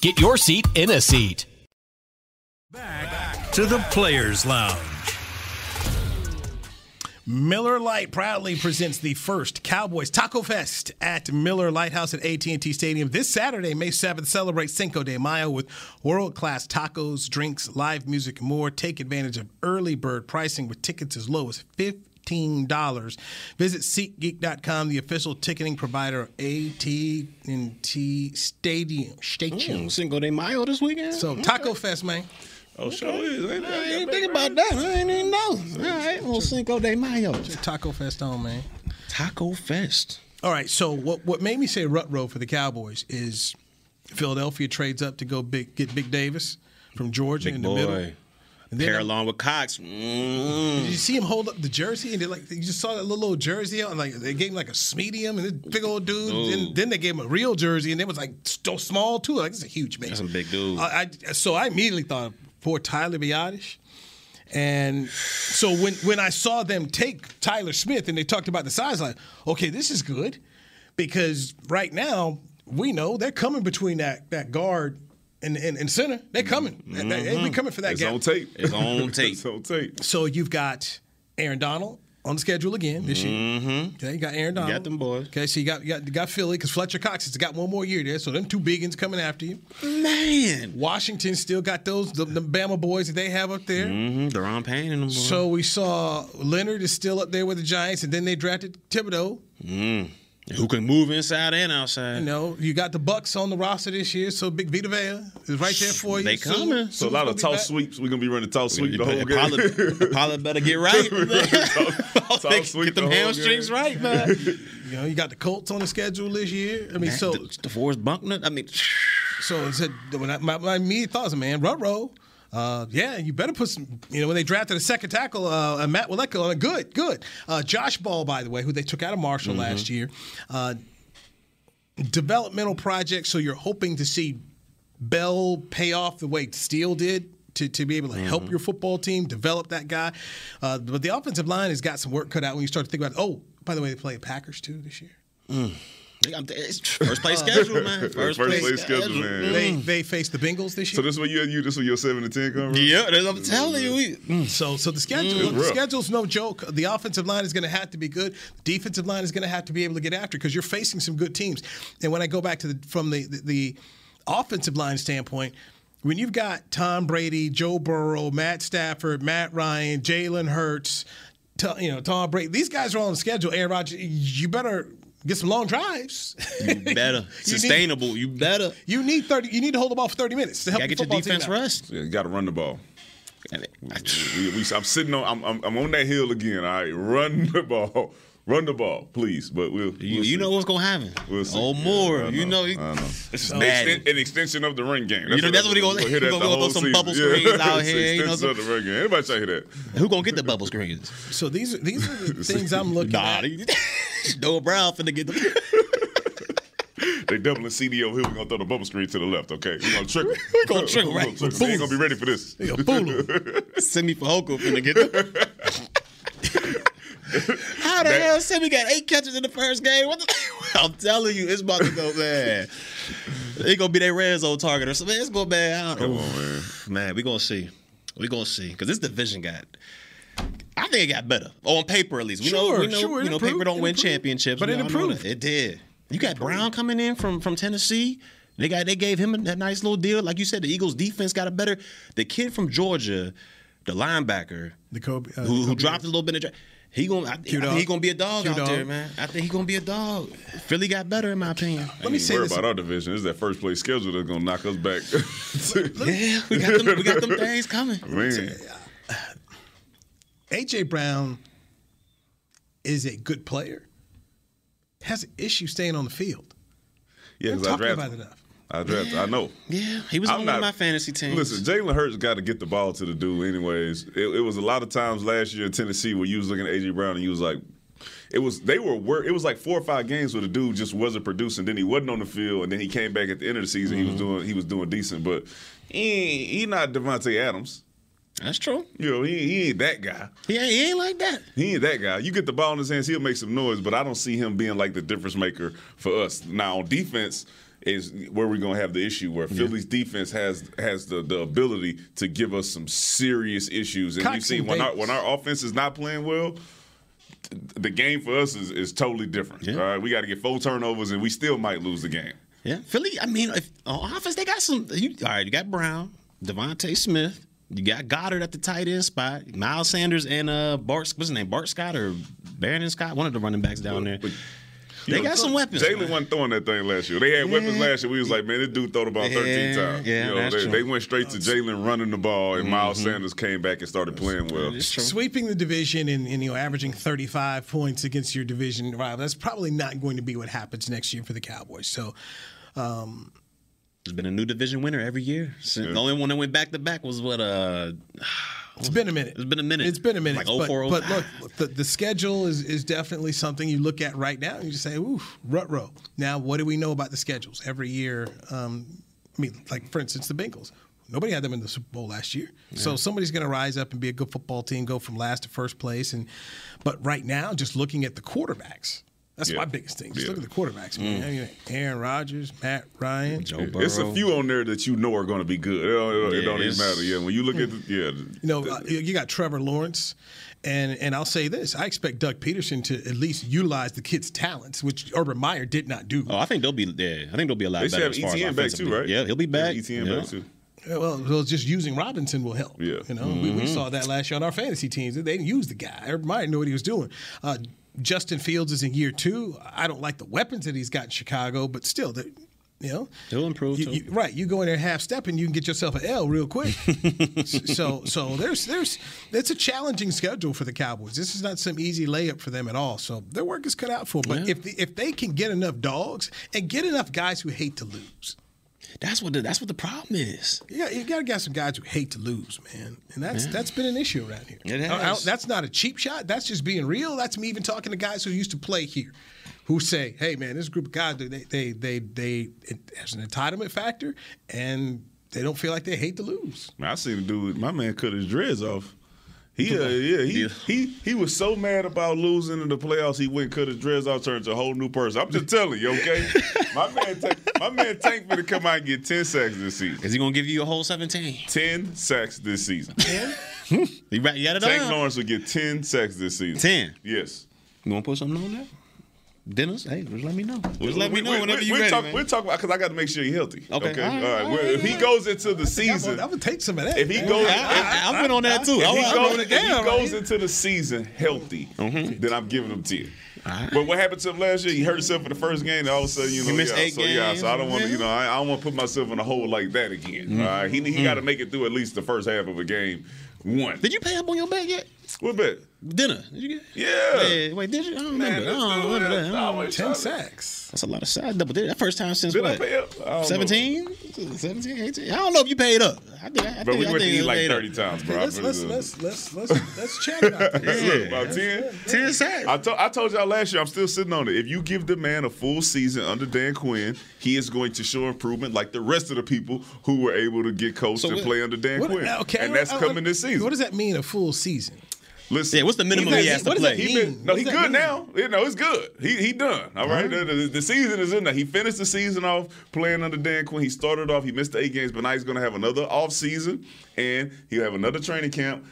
Speaker 9: Get your seat in a seat.
Speaker 4: To the Players Lounge.
Speaker 5: Miller Lite proudly presents the first Cowboys Taco Fest at Miller Lighthouse at AT&T Stadium this Saturday, May 7th. Celebrate Cinco de Mayo with world-class tacos, drinks, live music, and more. Take advantage of early bird pricing with tickets as low as $15. Visit SeatGeek.com, the official ticketing provider of AT&T Stadium. Stadium.
Speaker 6: Mm, Cinco de Mayo this weekend?
Speaker 5: So Taco Fest, man.
Speaker 3: Oh, sure is. Ain't
Speaker 6: I ain't think about that. I ain't even know. All right, on Cinco de Mayo.
Speaker 5: Taco Fest on, man.
Speaker 6: Taco Fest.
Speaker 5: All right. So what what made me say rut row for the Cowboys is Philadelphia trades up to go big, get Big Davis from Georgia
Speaker 6: Big
Speaker 5: in the middle.
Speaker 6: boy. Pair along with Cox. Mm.
Speaker 5: Did you see him hold up the jersey and they like you just saw that little old jersey out and like they gave him like a medium and this big old dude. And then,
Speaker 6: Ooh.
Speaker 5: then they gave him a real jersey and it was like so small too. Like it's a huge man.
Speaker 6: That's a big dude.
Speaker 5: I, I- so I immediately thought of poor Tyler Biotish. And so when when I saw them take Tyler Smith and they talked about the size, like, okay, this is good. Because right now, we know they're coming between that that guard and, and, and center. They're coming. They, they- we coming for that
Speaker 3: Mm-hmm. It's
Speaker 5: gap.
Speaker 3: on tape.
Speaker 6: Mm-hmm. It's on tape.
Speaker 3: it's on tape.
Speaker 5: So you've got Aaron Donald on the schedule again this
Speaker 3: Mm-hmm.
Speaker 5: year.
Speaker 6: Mm-hmm.
Speaker 5: Okay, you got Aaron Donald.
Speaker 6: got them boys.
Speaker 5: Okay, so you got you got, you got Philly because Fletcher Cox has got one more year there. So them two biggins coming after you.
Speaker 6: Man.
Speaker 5: Washington still got those the, the Bama boys that they have up there.
Speaker 6: Mm-hmm. Deron Payne and them boys.
Speaker 5: So we saw Leonard is still up there with the Giants, and then they drafted Thibodeau.
Speaker 6: Mm. Who can move inside and outside?
Speaker 5: You know, you got the Bucks on the roster this year, so Big Vita Vea is right there for you.
Speaker 6: They
Speaker 5: Sue-
Speaker 6: coming.
Speaker 3: So a
Speaker 5: Sue's
Speaker 3: lot
Speaker 5: gonna
Speaker 3: of
Speaker 5: be
Speaker 3: tall
Speaker 5: back.
Speaker 3: sweeps. We're gonna be running tall sweep the whole game.
Speaker 6: Pilot, pilot better get right.
Speaker 3: Tall
Speaker 6: Get
Speaker 3: sweep the
Speaker 6: them
Speaker 3: whole
Speaker 6: hamstrings
Speaker 3: game.
Speaker 6: right, man.
Speaker 5: You know, you got the Colts on the schedule this year. I mean, so
Speaker 6: DeForest Buckner. I mean,
Speaker 5: so it's a, when I, my, my immediate thoughts, man, Rutro. Uh, yeah, you better put some. You know, when they drafted a second tackle, uh, uh, Matt Willecko, on it, good, good. Uh, Josh Ball, by the way, who they took out of Marshall
Speaker 6: Mm-hmm.
Speaker 5: last year, uh, developmental project. So you're hoping to see Bell pay off the way Steele did to, to be able to help your football team develop that guy. Uh, but the offensive line has got some work cut out when you start to think about. Oh, by the way, they play the Packers too this year.
Speaker 6: Mm. I'm- it's first place schedule, man. First,
Speaker 3: Mm. First place schedule, man.
Speaker 5: They they face the Bengals this year.
Speaker 3: So this is what you and you. This is what your seven to ten come from.
Speaker 6: Yeah, that's- I'm telling you, we
Speaker 5: Mm,
Speaker 6: Mm,
Speaker 5: So, so the schedule,
Speaker 3: It's
Speaker 5: the
Speaker 3: rough.
Speaker 5: schedule's no joke. The offensive line is going to have to be good. Defensive line is going to have to be able to get after because you're facing some good teams. And when I go back to the from the, the the offensive line standpoint, when you've got Tom Brady, Joe Burrow, Matt Stafford, Matt Ryan, Jalen Hurts, T- you know Tom Brady, these guys are all on the schedule. Aaron Rodgers, you better get some long drives.
Speaker 6: you better Mm-hmm. sustainable. You better.
Speaker 5: you need thirty. You need to hold the ball for thirty minutes to help
Speaker 6: Gotta
Speaker 5: your
Speaker 6: get your
Speaker 5: football team
Speaker 6: defense
Speaker 5: out.
Speaker 6: rest.
Speaker 3: Yeah, you got to run the ball.
Speaker 6: I mean, I-
Speaker 3: We, we, I'm sitting on. I'm, I'm, I'm on that hill again. All right, run the ball, run the ball, please. But we'll.
Speaker 6: You,
Speaker 3: we'll
Speaker 6: you
Speaker 3: see.
Speaker 6: know what's gonna happen.
Speaker 3: We'll see.
Speaker 6: Oh,
Speaker 3: Yeah,
Speaker 6: more.
Speaker 3: I
Speaker 6: you know,
Speaker 3: know,
Speaker 6: he-
Speaker 3: I know.
Speaker 6: It's
Speaker 3: An,
Speaker 6: bad.
Speaker 3: exten- an extension of the run game.
Speaker 6: You know, that's what he gonna-
Speaker 3: we'll hear
Speaker 6: he
Speaker 3: that
Speaker 6: gonna
Speaker 3: the
Speaker 6: go throw
Speaker 3: whole
Speaker 6: some
Speaker 3: season.
Speaker 6: bubble
Speaker 3: Yeah.
Speaker 6: screens out
Speaker 3: It's
Speaker 6: here, you know,
Speaker 3: extension
Speaker 6: some-
Speaker 3: of the run game. Anybody try to hear that?
Speaker 6: Who gonna get the bubble screens?
Speaker 5: So these are these are the Hmm, things I'm looking
Speaker 6: Nah,
Speaker 5: at.
Speaker 6: they- Noah Brown finna get the.
Speaker 3: They doubling CD over here. We're gonna throw the bubble screen to the left. Okay, we're gonna trick.
Speaker 6: We gonna trick 'em, right?
Speaker 3: They ain't gonna be ready for this.
Speaker 5: They a fool 'em.
Speaker 6: Semi Fahoko finna get the. How the hell Semi got eight catches in the first game? What the, I'm telling you, it's about to go bad. It gonna be their red zone target or something. It's gonna bad. I don't know.
Speaker 3: man.
Speaker 6: Man, we gonna see. We gonna see because this division got. I think it got better on paper at least. We know,
Speaker 5: Sure,
Speaker 6: we know,
Speaker 5: sure, it
Speaker 6: we know
Speaker 5: improved,
Speaker 6: paper don't
Speaker 5: it
Speaker 6: win
Speaker 5: improved.
Speaker 6: championships,
Speaker 5: But
Speaker 6: We
Speaker 5: it
Speaker 6: all know
Speaker 5: improved.
Speaker 6: that. It did. You got Brown coming in from from Tennessee. They got they gave him a, that nice little deal. Like you said, the Eagles defense got a better. The kid from Georgia, the linebacker,
Speaker 5: The Kobe, uh,
Speaker 6: who, who
Speaker 5: Kobe-
Speaker 6: dropped a little bit of. Dra- he gonna, I, I think
Speaker 5: dog.
Speaker 6: he gonna be a dog
Speaker 5: Q
Speaker 6: out
Speaker 5: dog.
Speaker 6: there, man. I think he gonna be a dog. Philly got better in my opinion.
Speaker 5: Let me
Speaker 3: Ain't
Speaker 5: say
Speaker 3: worry
Speaker 5: this
Speaker 3: about our division. It's that first place schedule that's gonna knock us back.
Speaker 6: Yeah, we got them, we got them things coming.
Speaker 3: man,
Speaker 5: AJ Brown is a good player. Has an issue staying on the field.
Speaker 3: yeah,
Speaker 5: I'm
Speaker 3: 'cause I
Speaker 5: talking
Speaker 3: drafted.
Speaker 5: about
Speaker 3: him.
Speaker 5: enough.
Speaker 3: I drafted. I know.
Speaker 6: Yeah, he was
Speaker 3: I'm
Speaker 6: on one
Speaker 3: not-
Speaker 6: of my fantasy teams.
Speaker 3: Listen, Jalen Hurts got to get the ball to the dude, anyways. It, it was a lot of times last year in Tennessee where you was looking at AJ Brown and you was like, it was they were wor- it was like four or five games where the dude just wasn't producing. Then he wasn't on the field, and then he came back at the end of the season. He
Speaker 6: Mm-hmm.
Speaker 3: was doing he was doing decent, but he ain't- he not Devonte Adams.
Speaker 6: that's true.
Speaker 3: You know he, he ain't that guy.
Speaker 6: Yeah, he ain't like that.
Speaker 3: He ain't that guy. You get the ball in his hands, he'll make some noise, but I don't see him being like the difference maker for us. Now on defense is where we're gonna have the issue where Philly's defense has has the, the ability to give us some serious issues. And
Speaker 5: Cox
Speaker 3: you've seen
Speaker 5: and
Speaker 3: when our
Speaker 5: Bates.
Speaker 3: when our offense is not playing well, th- the game for us is, is totally different.
Speaker 6: Yeah.
Speaker 3: All right. We gotta get four turnovers and we still might lose the game.
Speaker 6: Yeah, Philly. I mean, if, on offense they got some. You, all right, you got Brown, Devontae Smith. You got Goddard at the tight end spot. Miles Sanders and uh Bart. What's his name? Bart Scott or Barron Scott? One of the running backs down there.
Speaker 3: But
Speaker 6: They got some weapons.
Speaker 3: Jalen
Speaker 6: man.
Speaker 3: wasn't throwing that thing last year. They had weapons last year. We was like, man, this dude throw the ball 13
Speaker 6: Yeah,
Speaker 3: times.
Speaker 6: yeah,
Speaker 3: you
Speaker 6: that's
Speaker 3: they,
Speaker 6: true.
Speaker 3: they went straight to Jalen running the ball, and Miles Sanders came back and started playing well.
Speaker 6: It's true.
Speaker 5: Sweeping the division and, and you know averaging 35 points against your division rival. That's probably not going to be what happens next year for the Cowboys. So um,
Speaker 6: There's been a new division winner every year. Since The only one that went back to back was what uh
Speaker 5: it's been a minute.
Speaker 6: It's been a minute.
Speaker 5: It's been a
Speaker 6: Like
Speaker 5: minute.
Speaker 6: 04,
Speaker 5: but, but look, the, the schedule is, is definitely something you look at right now and you say, ooh, rut row. Now, what do we know about the schedules? Every year, um, I mean, like for instance, the Bengals. Nobody had them in the Super Bowl last year. So somebody's going to rise up and be a good football team, go from last to first place. And But right now, just looking at the quarterbacks, that's
Speaker 3: Yeah.
Speaker 5: my biggest thing. Just
Speaker 3: Yeah.
Speaker 5: look at the quarterbacks, man. I mean, Aaron Rodgers, Matt Ryan.
Speaker 6: Mm. Joe Burrow.
Speaker 3: It's a few on there that you know are going to be good. It don't, it don't- it don't
Speaker 6: Yes.
Speaker 3: even matter. Yeah, when you look
Speaker 6: Hmm.
Speaker 3: at the, yeah,
Speaker 5: You know, uh, you got Trevor Lawrence, and and I'll say this: I expect Doug Peterson to at least utilize the kid's talents, which Urban Meyer did not do.
Speaker 6: Oh, I think they'll be. Yeah, I think they'll be a lot
Speaker 3: they should
Speaker 6: better.
Speaker 3: have
Speaker 6: as far as
Speaker 3: ETN back too,
Speaker 6: offensively.
Speaker 3: right?
Speaker 6: Yeah, he'll be back.
Speaker 3: Yeah, ETN
Speaker 6: Yeah.
Speaker 3: back too.
Speaker 5: Well, well, just using Robinson will help.
Speaker 3: Yeah.
Speaker 6: Mm-hmm.
Speaker 5: you know, we, we saw that last year on our fantasy teams. They didn't use the guy. Urban Meyer knew what he was doing. Uh, Justin Fields is in year two. I don't like the weapons that he's got in Chicago, but still, they- you know,
Speaker 6: He'll improve.
Speaker 5: you,
Speaker 6: too.
Speaker 5: you, right? You go in there half step, and you can get yourself an L real quick. S- so, so there's there's it's a challenging schedule for the Cowboys. This is not some easy layup for them at all. So their work is cut out for. 'em. But
Speaker 6: Yeah.
Speaker 5: if the, if they can get enough dogs and get enough guys who hate to lose,
Speaker 6: that's what the, that's what the problem is.
Speaker 5: Yeah, you got to get some guys who hate to lose, man, and that's
Speaker 6: Yeah.
Speaker 5: that's been an issue around here.
Speaker 6: It
Speaker 5: I don't- I don't-
Speaker 6: has.
Speaker 5: that's not a cheap shot. That's just being real. That's me even talking to guys who used to play here, who say, "Hey, man, this group of guys, they they they they it has an entitlement factor, and they don't feel like they hate to lose."
Speaker 3: Man, I seen a dude. My man cut his dreads off. He, uh, yeah, he, he he was so mad about losing in the playoffs. He went and cut his dreads off, turned to a whole new person. I'm just telling you, okay. my man, Tank, my man Tank finna come out and get ten sacks this season.
Speaker 6: Is he gonna give you a whole seventeen?
Speaker 3: Ten sacks this season. Ten?
Speaker 6: you got it
Speaker 3: Tank
Speaker 6: up.
Speaker 3: Lawrence will get ten sacks this season.
Speaker 6: 10?
Speaker 3: Yes.
Speaker 6: You want to put something on there? Dinners? Hey, just let me know. Just let me know whenever you
Speaker 3: we're
Speaker 6: ready.
Speaker 3: talk-
Speaker 6: man.
Speaker 3: We're talking because I got to make sure you're healthy.
Speaker 6: Okay. All right,
Speaker 3: All
Speaker 6: all
Speaker 3: right. Well, if he goes into the season,
Speaker 5: I'm gonna take some of that.
Speaker 3: if he
Speaker 5: man.
Speaker 3: goes,
Speaker 6: I- I- I went on that, too.
Speaker 3: If
Speaker 6: I
Speaker 3: he
Speaker 6: went- I
Speaker 3: goes,
Speaker 6: wrote it
Speaker 3: if he
Speaker 6: down right
Speaker 3: goes into the season healthy,
Speaker 6: Mm-hmm.
Speaker 3: then I'm giving him ten. But what happened to him last year? He hurt himself in the first game, and all of a sudden, you know,
Speaker 6: He missed
Speaker 3: yeah,
Speaker 6: eight
Speaker 3: so, yeah.
Speaker 6: games. Mm-hmm.
Speaker 3: So I don't want to, you know, I, I don't want to put myself in a hole like that again. All right, he he got to make it through at least the first half of a game. One.
Speaker 6: Did you pay up on your bet yet?
Speaker 3: What bet?
Speaker 6: Dinner? Did you get?
Speaker 3: Yeah.
Speaker 6: Hey, wait, did you? I don't
Speaker 3: Man,
Speaker 6: remember. I
Speaker 3: this
Speaker 6: don't
Speaker 3: dude
Speaker 6: remember
Speaker 3: is
Speaker 6: that. Oh, I don't-
Speaker 3: always
Speaker 5: ten
Speaker 3: trying to-
Speaker 5: sacks.
Speaker 6: That's a lot of size. Double digit. That first time since
Speaker 3: Did I
Speaker 6: what?
Speaker 3: pay up? I don't know.
Speaker 6: 17? 17, 18? I don't know if you paid up. I think, I
Speaker 3: But
Speaker 6: think,
Speaker 3: we
Speaker 6: I
Speaker 3: went to
Speaker 6: think
Speaker 3: eat
Speaker 6: it
Speaker 3: like
Speaker 6: paid up.
Speaker 3: thirty times, bro.
Speaker 5: Let's
Speaker 3: I'm
Speaker 5: let's
Speaker 3: finna-
Speaker 5: let's let's let's let's chat about this.
Speaker 3: Look, about 10.
Speaker 6: 10 sacks.
Speaker 3: I, to- I told y'all last year, I'm still sitting on it. If you give the man a full season under Dan Quinn, he is going to show improvement like the rest of the people who were able to get coached
Speaker 6: So
Speaker 3: and
Speaker 6: what- Uh,
Speaker 3: play under Dan
Speaker 5: What-
Speaker 3: Quinn.
Speaker 5: okay,
Speaker 3: and that's
Speaker 5: I- I-
Speaker 3: coming this season.
Speaker 5: What does that mean? A full season?
Speaker 3: Listen,
Speaker 6: Yeah, what's the minimum
Speaker 5: What
Speaker 6: he
Speaker 5: does
Speaker 6: has
Speaker 5: that-
Speaker 6: to
Speaker 5: what
Speaker 6: play?
Speaker 5: does that
Speaker 6: Mm.
Speaker 3: he
Speaker 5: mean?
Speaker 3: been, no,
Speaker 5: What
Speaker 3: he
Speaker 5: does
Speaker 3: good
Speaker 5: that mean?
Speaker 3: now. You know, he's good. He he done. All right? The, the- the season is in there. He finished the season off playing under Dan Quinn. He started off. He missed the eight games, but now he's going to have another off season, and he'll have another training camp.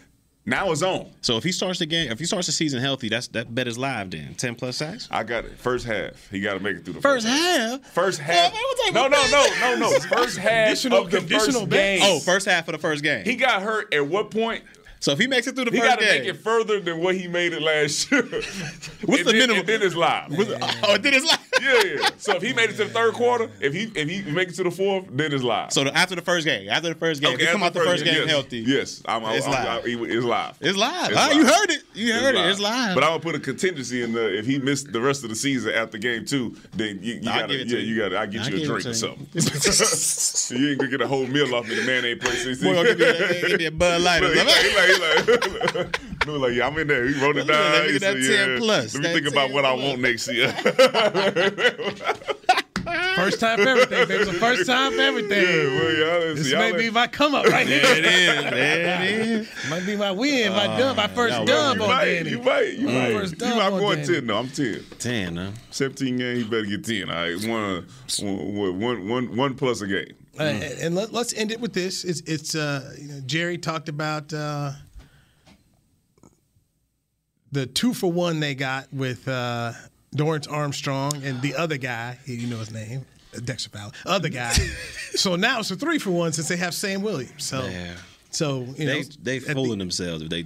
Speaker 3: Now it's on.
Speaker 6: So if he starts the game, if he starts the season healthy, that's that bet is live then. 10 plus sacks?
Speaker 3: I got it. First half. He got to make it through the
Speaker 6: First
Speaker 3: first
Speaker 6: half?
Speaker 3: First half.
Speaker 6: Yeah, man,
Speaker 3: No,
Speaker 6: what
Speaker 3: no,
Speaker 6: type
Speaker 3: no,
Speaker 6: of
Speaker 3: no, no. First half
Speaker 5: Conditional-
Speaker 3: of the
Speaker 5: conditional
Speaker 3: first
Speaker 5: bet.
Speaker 3: game.
Speaker 6: Oh, first half of the first game.
Speaker 3: he got hurt at what point?
Speaker 6: so if he makes it through the
Speaker 3: He
Speaker 6: first
Speaker 3: got to
Speaker 6: game.
Speaker 3: make it further than what he made it last year. What's
Speaker 6: the minimum?
Speaker 3: And then it's live.
Speaker 6: oh, it did his live.
Speaker 3: yeah, yeah. So if he made it to the third quarter, if he if he make it to the fourth, then it's live.
Speaker 6: So the, after the first game, after the first game, if he come out
Speaker 3: after
Speaker 6: the first game
Speaker 3: yes,
Speaker 6: healthy.
Speaker 3: Yes, I'm, I'm,
Speaker 6: It's
Speaker 3: I'm-
Speaker 6: live.
Speaker 3: I- it's live.
Speaker 6: It's live.
Speaker 3: It's
Speaker 6: Ah,
Speaker 3: live.
Speaker 6: You heard it. You heard it. It's live.
Speaker 3: But I'm gonna put a contingency in the if he missed the rest of the season after game two, then you, you
Speaker 6: I'll
Speaker 3: gotta
Speaker 6: give it to
Speaker 3: yeah
Speaker 6: you.
Speaker 3: you gotta I will get
Speaker 6: I'll
Speaker 3: you a
Speaker 6: give
Speaker 3: drink
Speaker 6: it to
Speaker 3: or
Speaker 6: you.
Speaker 3: something. you ain't gonna get a whole meal off me. The man ain't played since.
Speaker 6: Boy, gonna give me a- give me a Bud Light or
Speaker 3: He like, he like, he like, he like, yeah, I'm in there. He wrote it
Speaker 6: Let me- let
Speaker 3: down.
Speaker 6: me
Speaker 3: He
Speaker 6: get that
Speaker 3: said,
Speaker 6: 10
Speaker 3: yeah,
Speaker 6: plus.
Speaker 3: Let me
Speaker 6: That
Speaker 3: think about
Speaker 6: 10
Speaker 3: what I
Speaker 6: plus.
Speaker 3: want next year.
Speaker 5: First time for everything. baby. It's the first time for everything.
Speaker 3: Yeah, well, y'all-
Speaker 5: This
Speaker 3: y'all-
Speaker 5: may be my come up right here.
Speaker 6: There it is. There it is.
Speaker 5: Might be my win, my
Speaker 3: Uh,
Speaker 5: dub, my first
Speaker 6: y'all
Speaker 5: dub
Speaker 3: you
Speaker 5: on
Speaker 3: might,
Speaker 5: Danny.
Speaker 3: you might, you might.
Speaker 5: First
Speaker 3: You
Speaker 5: dub
Speaker 3: might- I'm
Speaker 5: on
Speaker 3: going
Speaker 5: Danny.
Speaker 3: ten. No, I'm ten.
Speaker 6: Damn, no.
Speaker 3: 17 games, you better get 10. All right, one, one, one, one, one plus a game.
Speaker 5: Uh, and and let, us end it with this. It's, it's uh, you know, Jerry talked about uh, the two for one they got with uh, Dorrance Armstrong and the other guy. You know his name, Dexter Fowler. Other guy. so now it's a three for one since they have Sam Williams. So,
Speaker 6: Yeah.
Speaker 5: so you
Speaker 6: They
Speaker 5: know,
Speaker 6: they
Speaker 5: at the-
Speaker 6: fooling themselves if they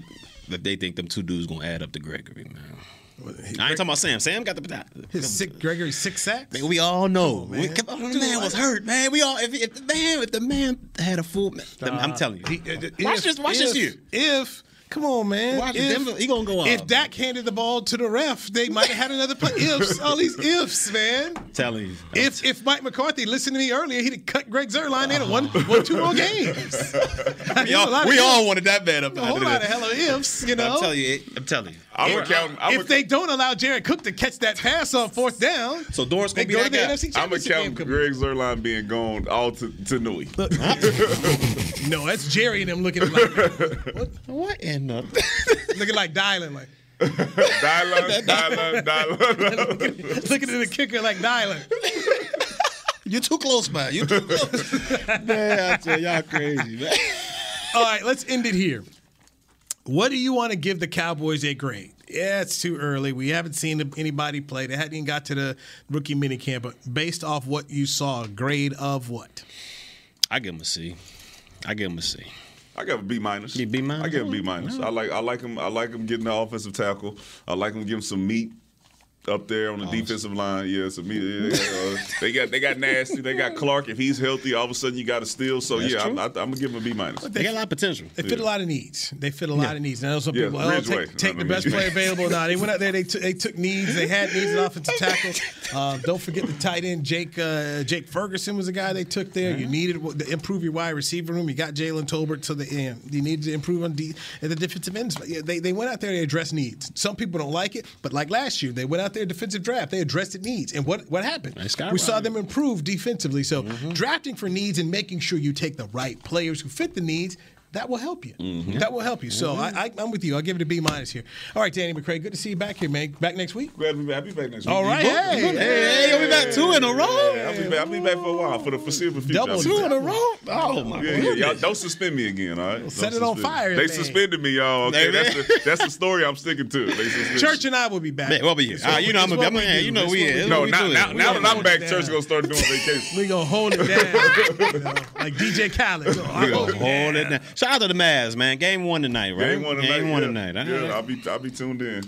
Speaker 6: if they think them two dudes gonna add up to Gregory, man. I ain't talking about Sam. Sam got the
Speaker 5: his six, Gregory six sacks.
Speaker 6: Man, we all know. We-
Speaker 5: man.
Speaker 6: come on, the man was hurt, man. We all if, if man if the man had a full man, I'm telling you. watch
Speaker 5: uh, If-
Speaker 6: this, watch this
Speaker 5: if-
Speaker 6: year.
Speaker 5: If come on, man,
Speaker 6: Watch
Speaker 5: if,
Speaker 6: Denver, he gonna go out.
Speaker 5: If Dak handed the ball to the ref, they might have had another play. ifs, all these ifs, man.
Speaker 6: I'm telling you.
Speaker 5: If if Mike McCarthy listened to me earlier, he'd have cut Greg Zerline. They'd have won,
Speaker 6: Uh-huh.
Speaker 5: won two more games.
Speaker 6: we all, we all wanted that man up.
Speaker 5: a whole lot of hella ifs, you know.
Speaker 6: I'm telling you, it- I'm telling you.
Speaker 3: I'm going to count. I'm
Speaker 5: if they don't allow Jared Cook to catch that pass on fourth down,
Speaker 6: So Doris
Speaker 5: they
Speaker 6: gonna be
Speaker 5: go to
Speaker 6: that
Speaker 5: the
Speaker 6: guy.
Speaker 5: NFC
Speaker 3: I'm going
Speaker 5: Championship
Speaker 3: to
Speaker 5: game.
Speaker 3: count
Speaker 5: coming.
Speaker 3: Greg Zerline being gone all to, to Nui.
Speaker 5: No, that's Jerry and him looking like
Speaker 6: What in the?
Speaker 5: looking like dialing, like
Speaker 3: Dylan, Dylan, Dylan.
Speaker 5: looking at the kicker like dialing.
Speaker 6: You're too close, man. You're too close. man, I tell you, y'all crazy, man.
Speaker 5: All right, let's end it here. What do you want to give the Cowboys a grade? Yeah, it's too early. We haven't seen anybody play. They hadn't even got to the rookie minicamp. But based off what you saw, a grade of what?
Speaker 6: I give him a C. I give him a C.
Speaker 3: I got a B minus.
Speaker 6: You B minus?
Speaker 3: I give him B minus. I like I like him. I like him getting the offensive tackle. I like him giving some meat. Up there on
Speaker 6: Oh,
Speaker 3: the defensive line, yeah. So me, yeah, uh, they got they got nasty. They got Clark. If he's healthy, all of a sudden you got a steal. So
Speaker 6: That's
Speaker 3: yeah, I'm,
Speaker 6: true.
Speaker 3: I, I'm gonna give him a B minus.
Speaker 5: They got a lot
Speaker 6: of potential.
Speaker 5: They fit a lot of needs. They fit a lot of needs. Now some
Speaker 3: Yeah,
Speaker 5: people oh,
Speaker 3: Ridgeway.
Speaker 5: take, take
Speaker 3: No,
Speaker 5: the
Speaker 3: no,
Speaker 5: best
Speaker 3: Ridgeway.
Speaker 5: player available. No, they went out there. They, t- they took needs. They had needs at offensive tackle. Uh, don't forget the tight end Jake uh, Jake Ferguson was a guy they took there. You needed w- to improve your wide receiver room. You got Jalen Tolbert, so the yeah, you needed to improve on D- at the defensive ends. But, yeah, they they went out there. They addressed needs. Some people don't like it, but like last year, they went out there defensive draft. They addressed the needs, and what what happened? We saw
Speaker 6: skyrocketed.
Speaker 5: them improve defensively. So drafting for needs and making sure you take the right players who fit the needs. That will help you. That will help you. So I, I, I'm with you. I'll give it a B minus here. All right, Danny McCray, good to see you back here, man. Back next week.
Speaker 3: Glad to be back. I'll be back next week.
Speaker 5: All right,
Speaker 3: You booked.
Speaker 5: hey,
Speaker 3: You booked.
Speaker 5: hey, you'll be back two in a row?
Speaker 3: Yeah, I'll be back. I'll be back for a while for the foreseeable future.
Speaker 5: Double
Speaker 3: I'll be
Speaker 5: two
Speaker 3: back.
Speaker 5: in a row? Oh my
Speaker 3: yeah, yeah, y'all don't suspend me again, all right?
Speaker 5: set
Speaker 3: Don't
Speaker 5: it
Speaker 3: suspend
Speaker 5: on
Speaker 3: me.
Speaker 5: fire,
Speaker 3: They
Speaker 5: man.
Speaker 3: suspended me, y'all. Okay, that's the, that's the story I'm sticking to. They suspended me.
Speaker 5: Church and I will be back.
Speaker 6: Man, we'll be here.
Speaker 5: That's
Speaker 6: Ah,
Speaker 5: what
Speaker 6: you
Speaker 5: we-
Speaker 6: know I'm
Speaker 5: that's
Speaker 6: gonna be-
Speaker 5: what
Speaker 6: I'm- yeah,
Speaker 5: do.
Speaker 6: you know
Speaker 5: That's
Speaker 6: we
Speaker 5: what
Speaker 6: is.
Speaker 5: do.
Speaker 3: No,
Speaker 6: We
Speaker 3: now,
Speaker 6: do it.
Speaker 3: now,
Speaker 6: We
Speaker 3: now
Speaker 6: gonna
Speaker 3: that I'm
Speaker 6: hold
Speaker 3: back,
Speaker 5: it
Speaker 3: church
Speaker 5: down.
Speaker 3: gonna start doing vacation.
Speaker 5: We gonna hold it down, you know, like DJ Khaled. So I
Speaker 6: We
Speaker 5: hold
Speaker 6: gonna
Speaker 5: it
Speaker 6: hold it down. Shout out to the Mavs, man. Game one tonight, right?
Speaker 3: Oh, Game one tonight.
Speaker 6: Game one
Speaker 3: yeah.
Speaker 6: tonight. All
Speaker 3: Yeah,
Speaker 6: right.
Speaker 3: I'll be I'll be tuned in.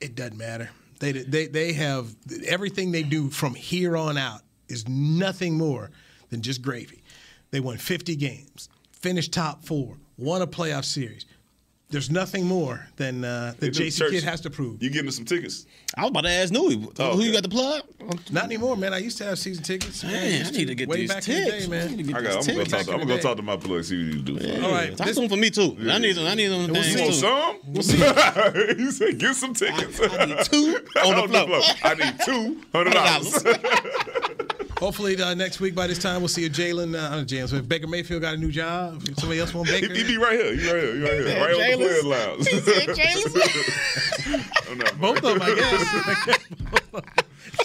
Speaker 5: it doesn't matter. They they they have everything they do from here on out is nothing more than just gravy. They won 50 games, finished top four, won a playoff series. There's nothing more than uh, that
Speaker 3: Hey,
Speaker 5: JC
Speaker 3: Church,
Speaker 5: Kidd has to prove.
Speaker 3: You getting some tickets?
Speaker 6: I was about to ask Nui, who
Speaker 3: Oh,
Speaker 6: you
Speaker 3: okay.
Speaker 6: got the plug?
Speaker 5: Not anymore, man. I used to have season tickets. Man,
Speaker 6: Man, I
Speaker 5: used
Speaker 6: need to get
Speaker 5: way
Speaker 6: these
Speaker 5: back
Speaker 6: ticks.
Speaker 5: in the day, man.
Speaker 6: I need to get
Speaker 3: I got.
Speaker 6: these
Speaker 3: I'm gonna go talk.
Speaker 6: ticks.
Speaker 3: To, I'm gonna
Speaker 5: in
Speaker 3: go
Speaker 5: the
Speaker 3: talk to my plug. See what you do. for me.
Speaker 6: All
Speaker 5: right,
Speaker 6: right, talk
Speaker 5: this-
Speaker 6: to him for me too. I need, some- I need some
Speaker 3: You
Speaker 6: things
Speaker 3: want
Speaker 6: too.
Speaker 3: some? he said, "Get some tickets."
Speaker 6: I need two on the floor.
Speaker 3: I need two hundred dollars.
Speaker 5: Hopefully, uh, next week by this time we'll see a Jalen. Uh, not a Jalen. So if Baker Mayfield got a new job, if somebody else want
Speaker 3: He,
Speaker 5: Baker.
Speaker 3: he be right here. He right here. He right here. Right on the players' lounge. I'm not-
Speaker 5: Both of them, I guess.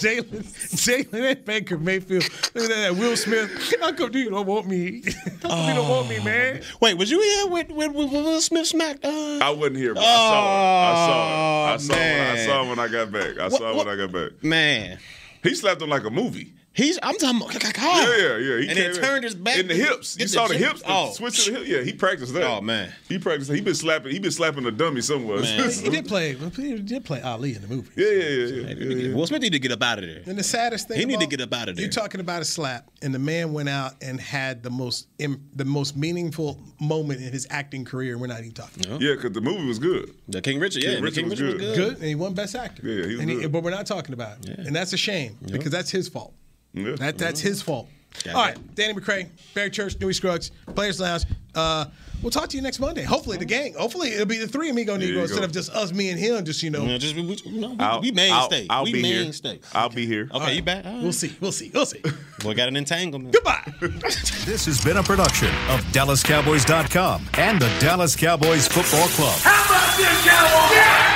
Speaker 5: Jalen, Jalen and Baker Mayfield. Look at that, Will Smith. How come you don't want me? How come you don't want me, man?
Speaker 6: Oh, Wait, was you here when, when, when Will Smith smacked? Uh,
Speaker 3: I wasn't here, but I saw it. I saw it. I saw, it. I
Speaker 6: Oh, man.
Speaker 3: saw it when I got back. I saw it
Speaker 6: what-
Speaker 3: when I got back.
Speaker 6: man,
Speaker 3: He slapped him like a movie.
Speaker 6: he's I'm talking about like,
Speaker 3: Yeah,
Speaker 6: how?
Speaker 3: yeah, yeah. He
Speaker 6: and
Speaker 3: came
Speaker 6: then
Speaker 3: in-
Speaker 6: turned his back
Speaker 3: in the
Speaker 6: to-
Speaker 3: hips. You
Speaker 6: get
Speaker 3: saw the
Speaker 6: chin-
Speaker 3: hips. the
Speaker 6: Oh,
Speaker 3: switch to the hip. Yeah, he practiced that.
Speaker 6: Oh, man.
Speaker 3: he practiced. He been slapping. He been slapping a dummy somewhere. yeah,
Speaker 5: He did play. He did play Ali in the movie.
Speaker 3: yeah, yeah, yeah.
Speaker 6: Will Smith need to get up out of there.
Speaker 5: And the saddest thing
Speaker 6: He need
Speaker 5: about-
Speaker 6: to get up out of there.
Speaker 5: You're talking about a slap, and the man went out and had the most im- the most meaningful moment in his acting career. We're not even talking.
Speaker 3: Yeah, because the movie was good.
Speaker 6: The King Richard, yeah, the
Speaker 3: Richard
Speaker 6: King
Speaker 3: was
Speaker 6: Richard was
Speaker 3: good.
Speaker 6: good.
Speaker 5: Good, and he won Best Actor.
Speaker 3: Yeah, he was
Speaker 5: and
Speaker 3: good.
Speaker 5: But we're not talking about it, and that's a shame because that's his fault.
Speaker 3: Yeah.
Speaker 5: That that's his fault.
Speaker 6: Yeah.
Speaker 5: All right, Danny McCray, Barry Church, Dewey Scruggs, Players Lounge. Uh, we'll talk to you next Monday. Hopefully, the gang. Hopefully, it'll be the three amigo
Speaker 3: you
Speaker 5: Negro instead
Speaker 3: go.
Speaker 5: of just us, me, and him. Just you know,
Speaker 6: You know, just we, we, you know, we-
Speaker 3: I'll-
Speaker 6: we mainstay.
Speaker 3: I'll, I'll
Speaker 6: we
Speaker 3: be here.
Speaker 6: mainstay.
Speaker 3: I'll be here.
Speaker 6: Okay, you back? All right.
Speaker 5: we'll see. We'll see. We'll see.
Speaker 6: Boy, got an entanglement.
Speaker 5: Goodbye.
Speaker 1: This has been a production of DallasCowboys.com and the Dallas Cowboys Football Club.
Speaker 12: How about this, Cowboys? Yeah!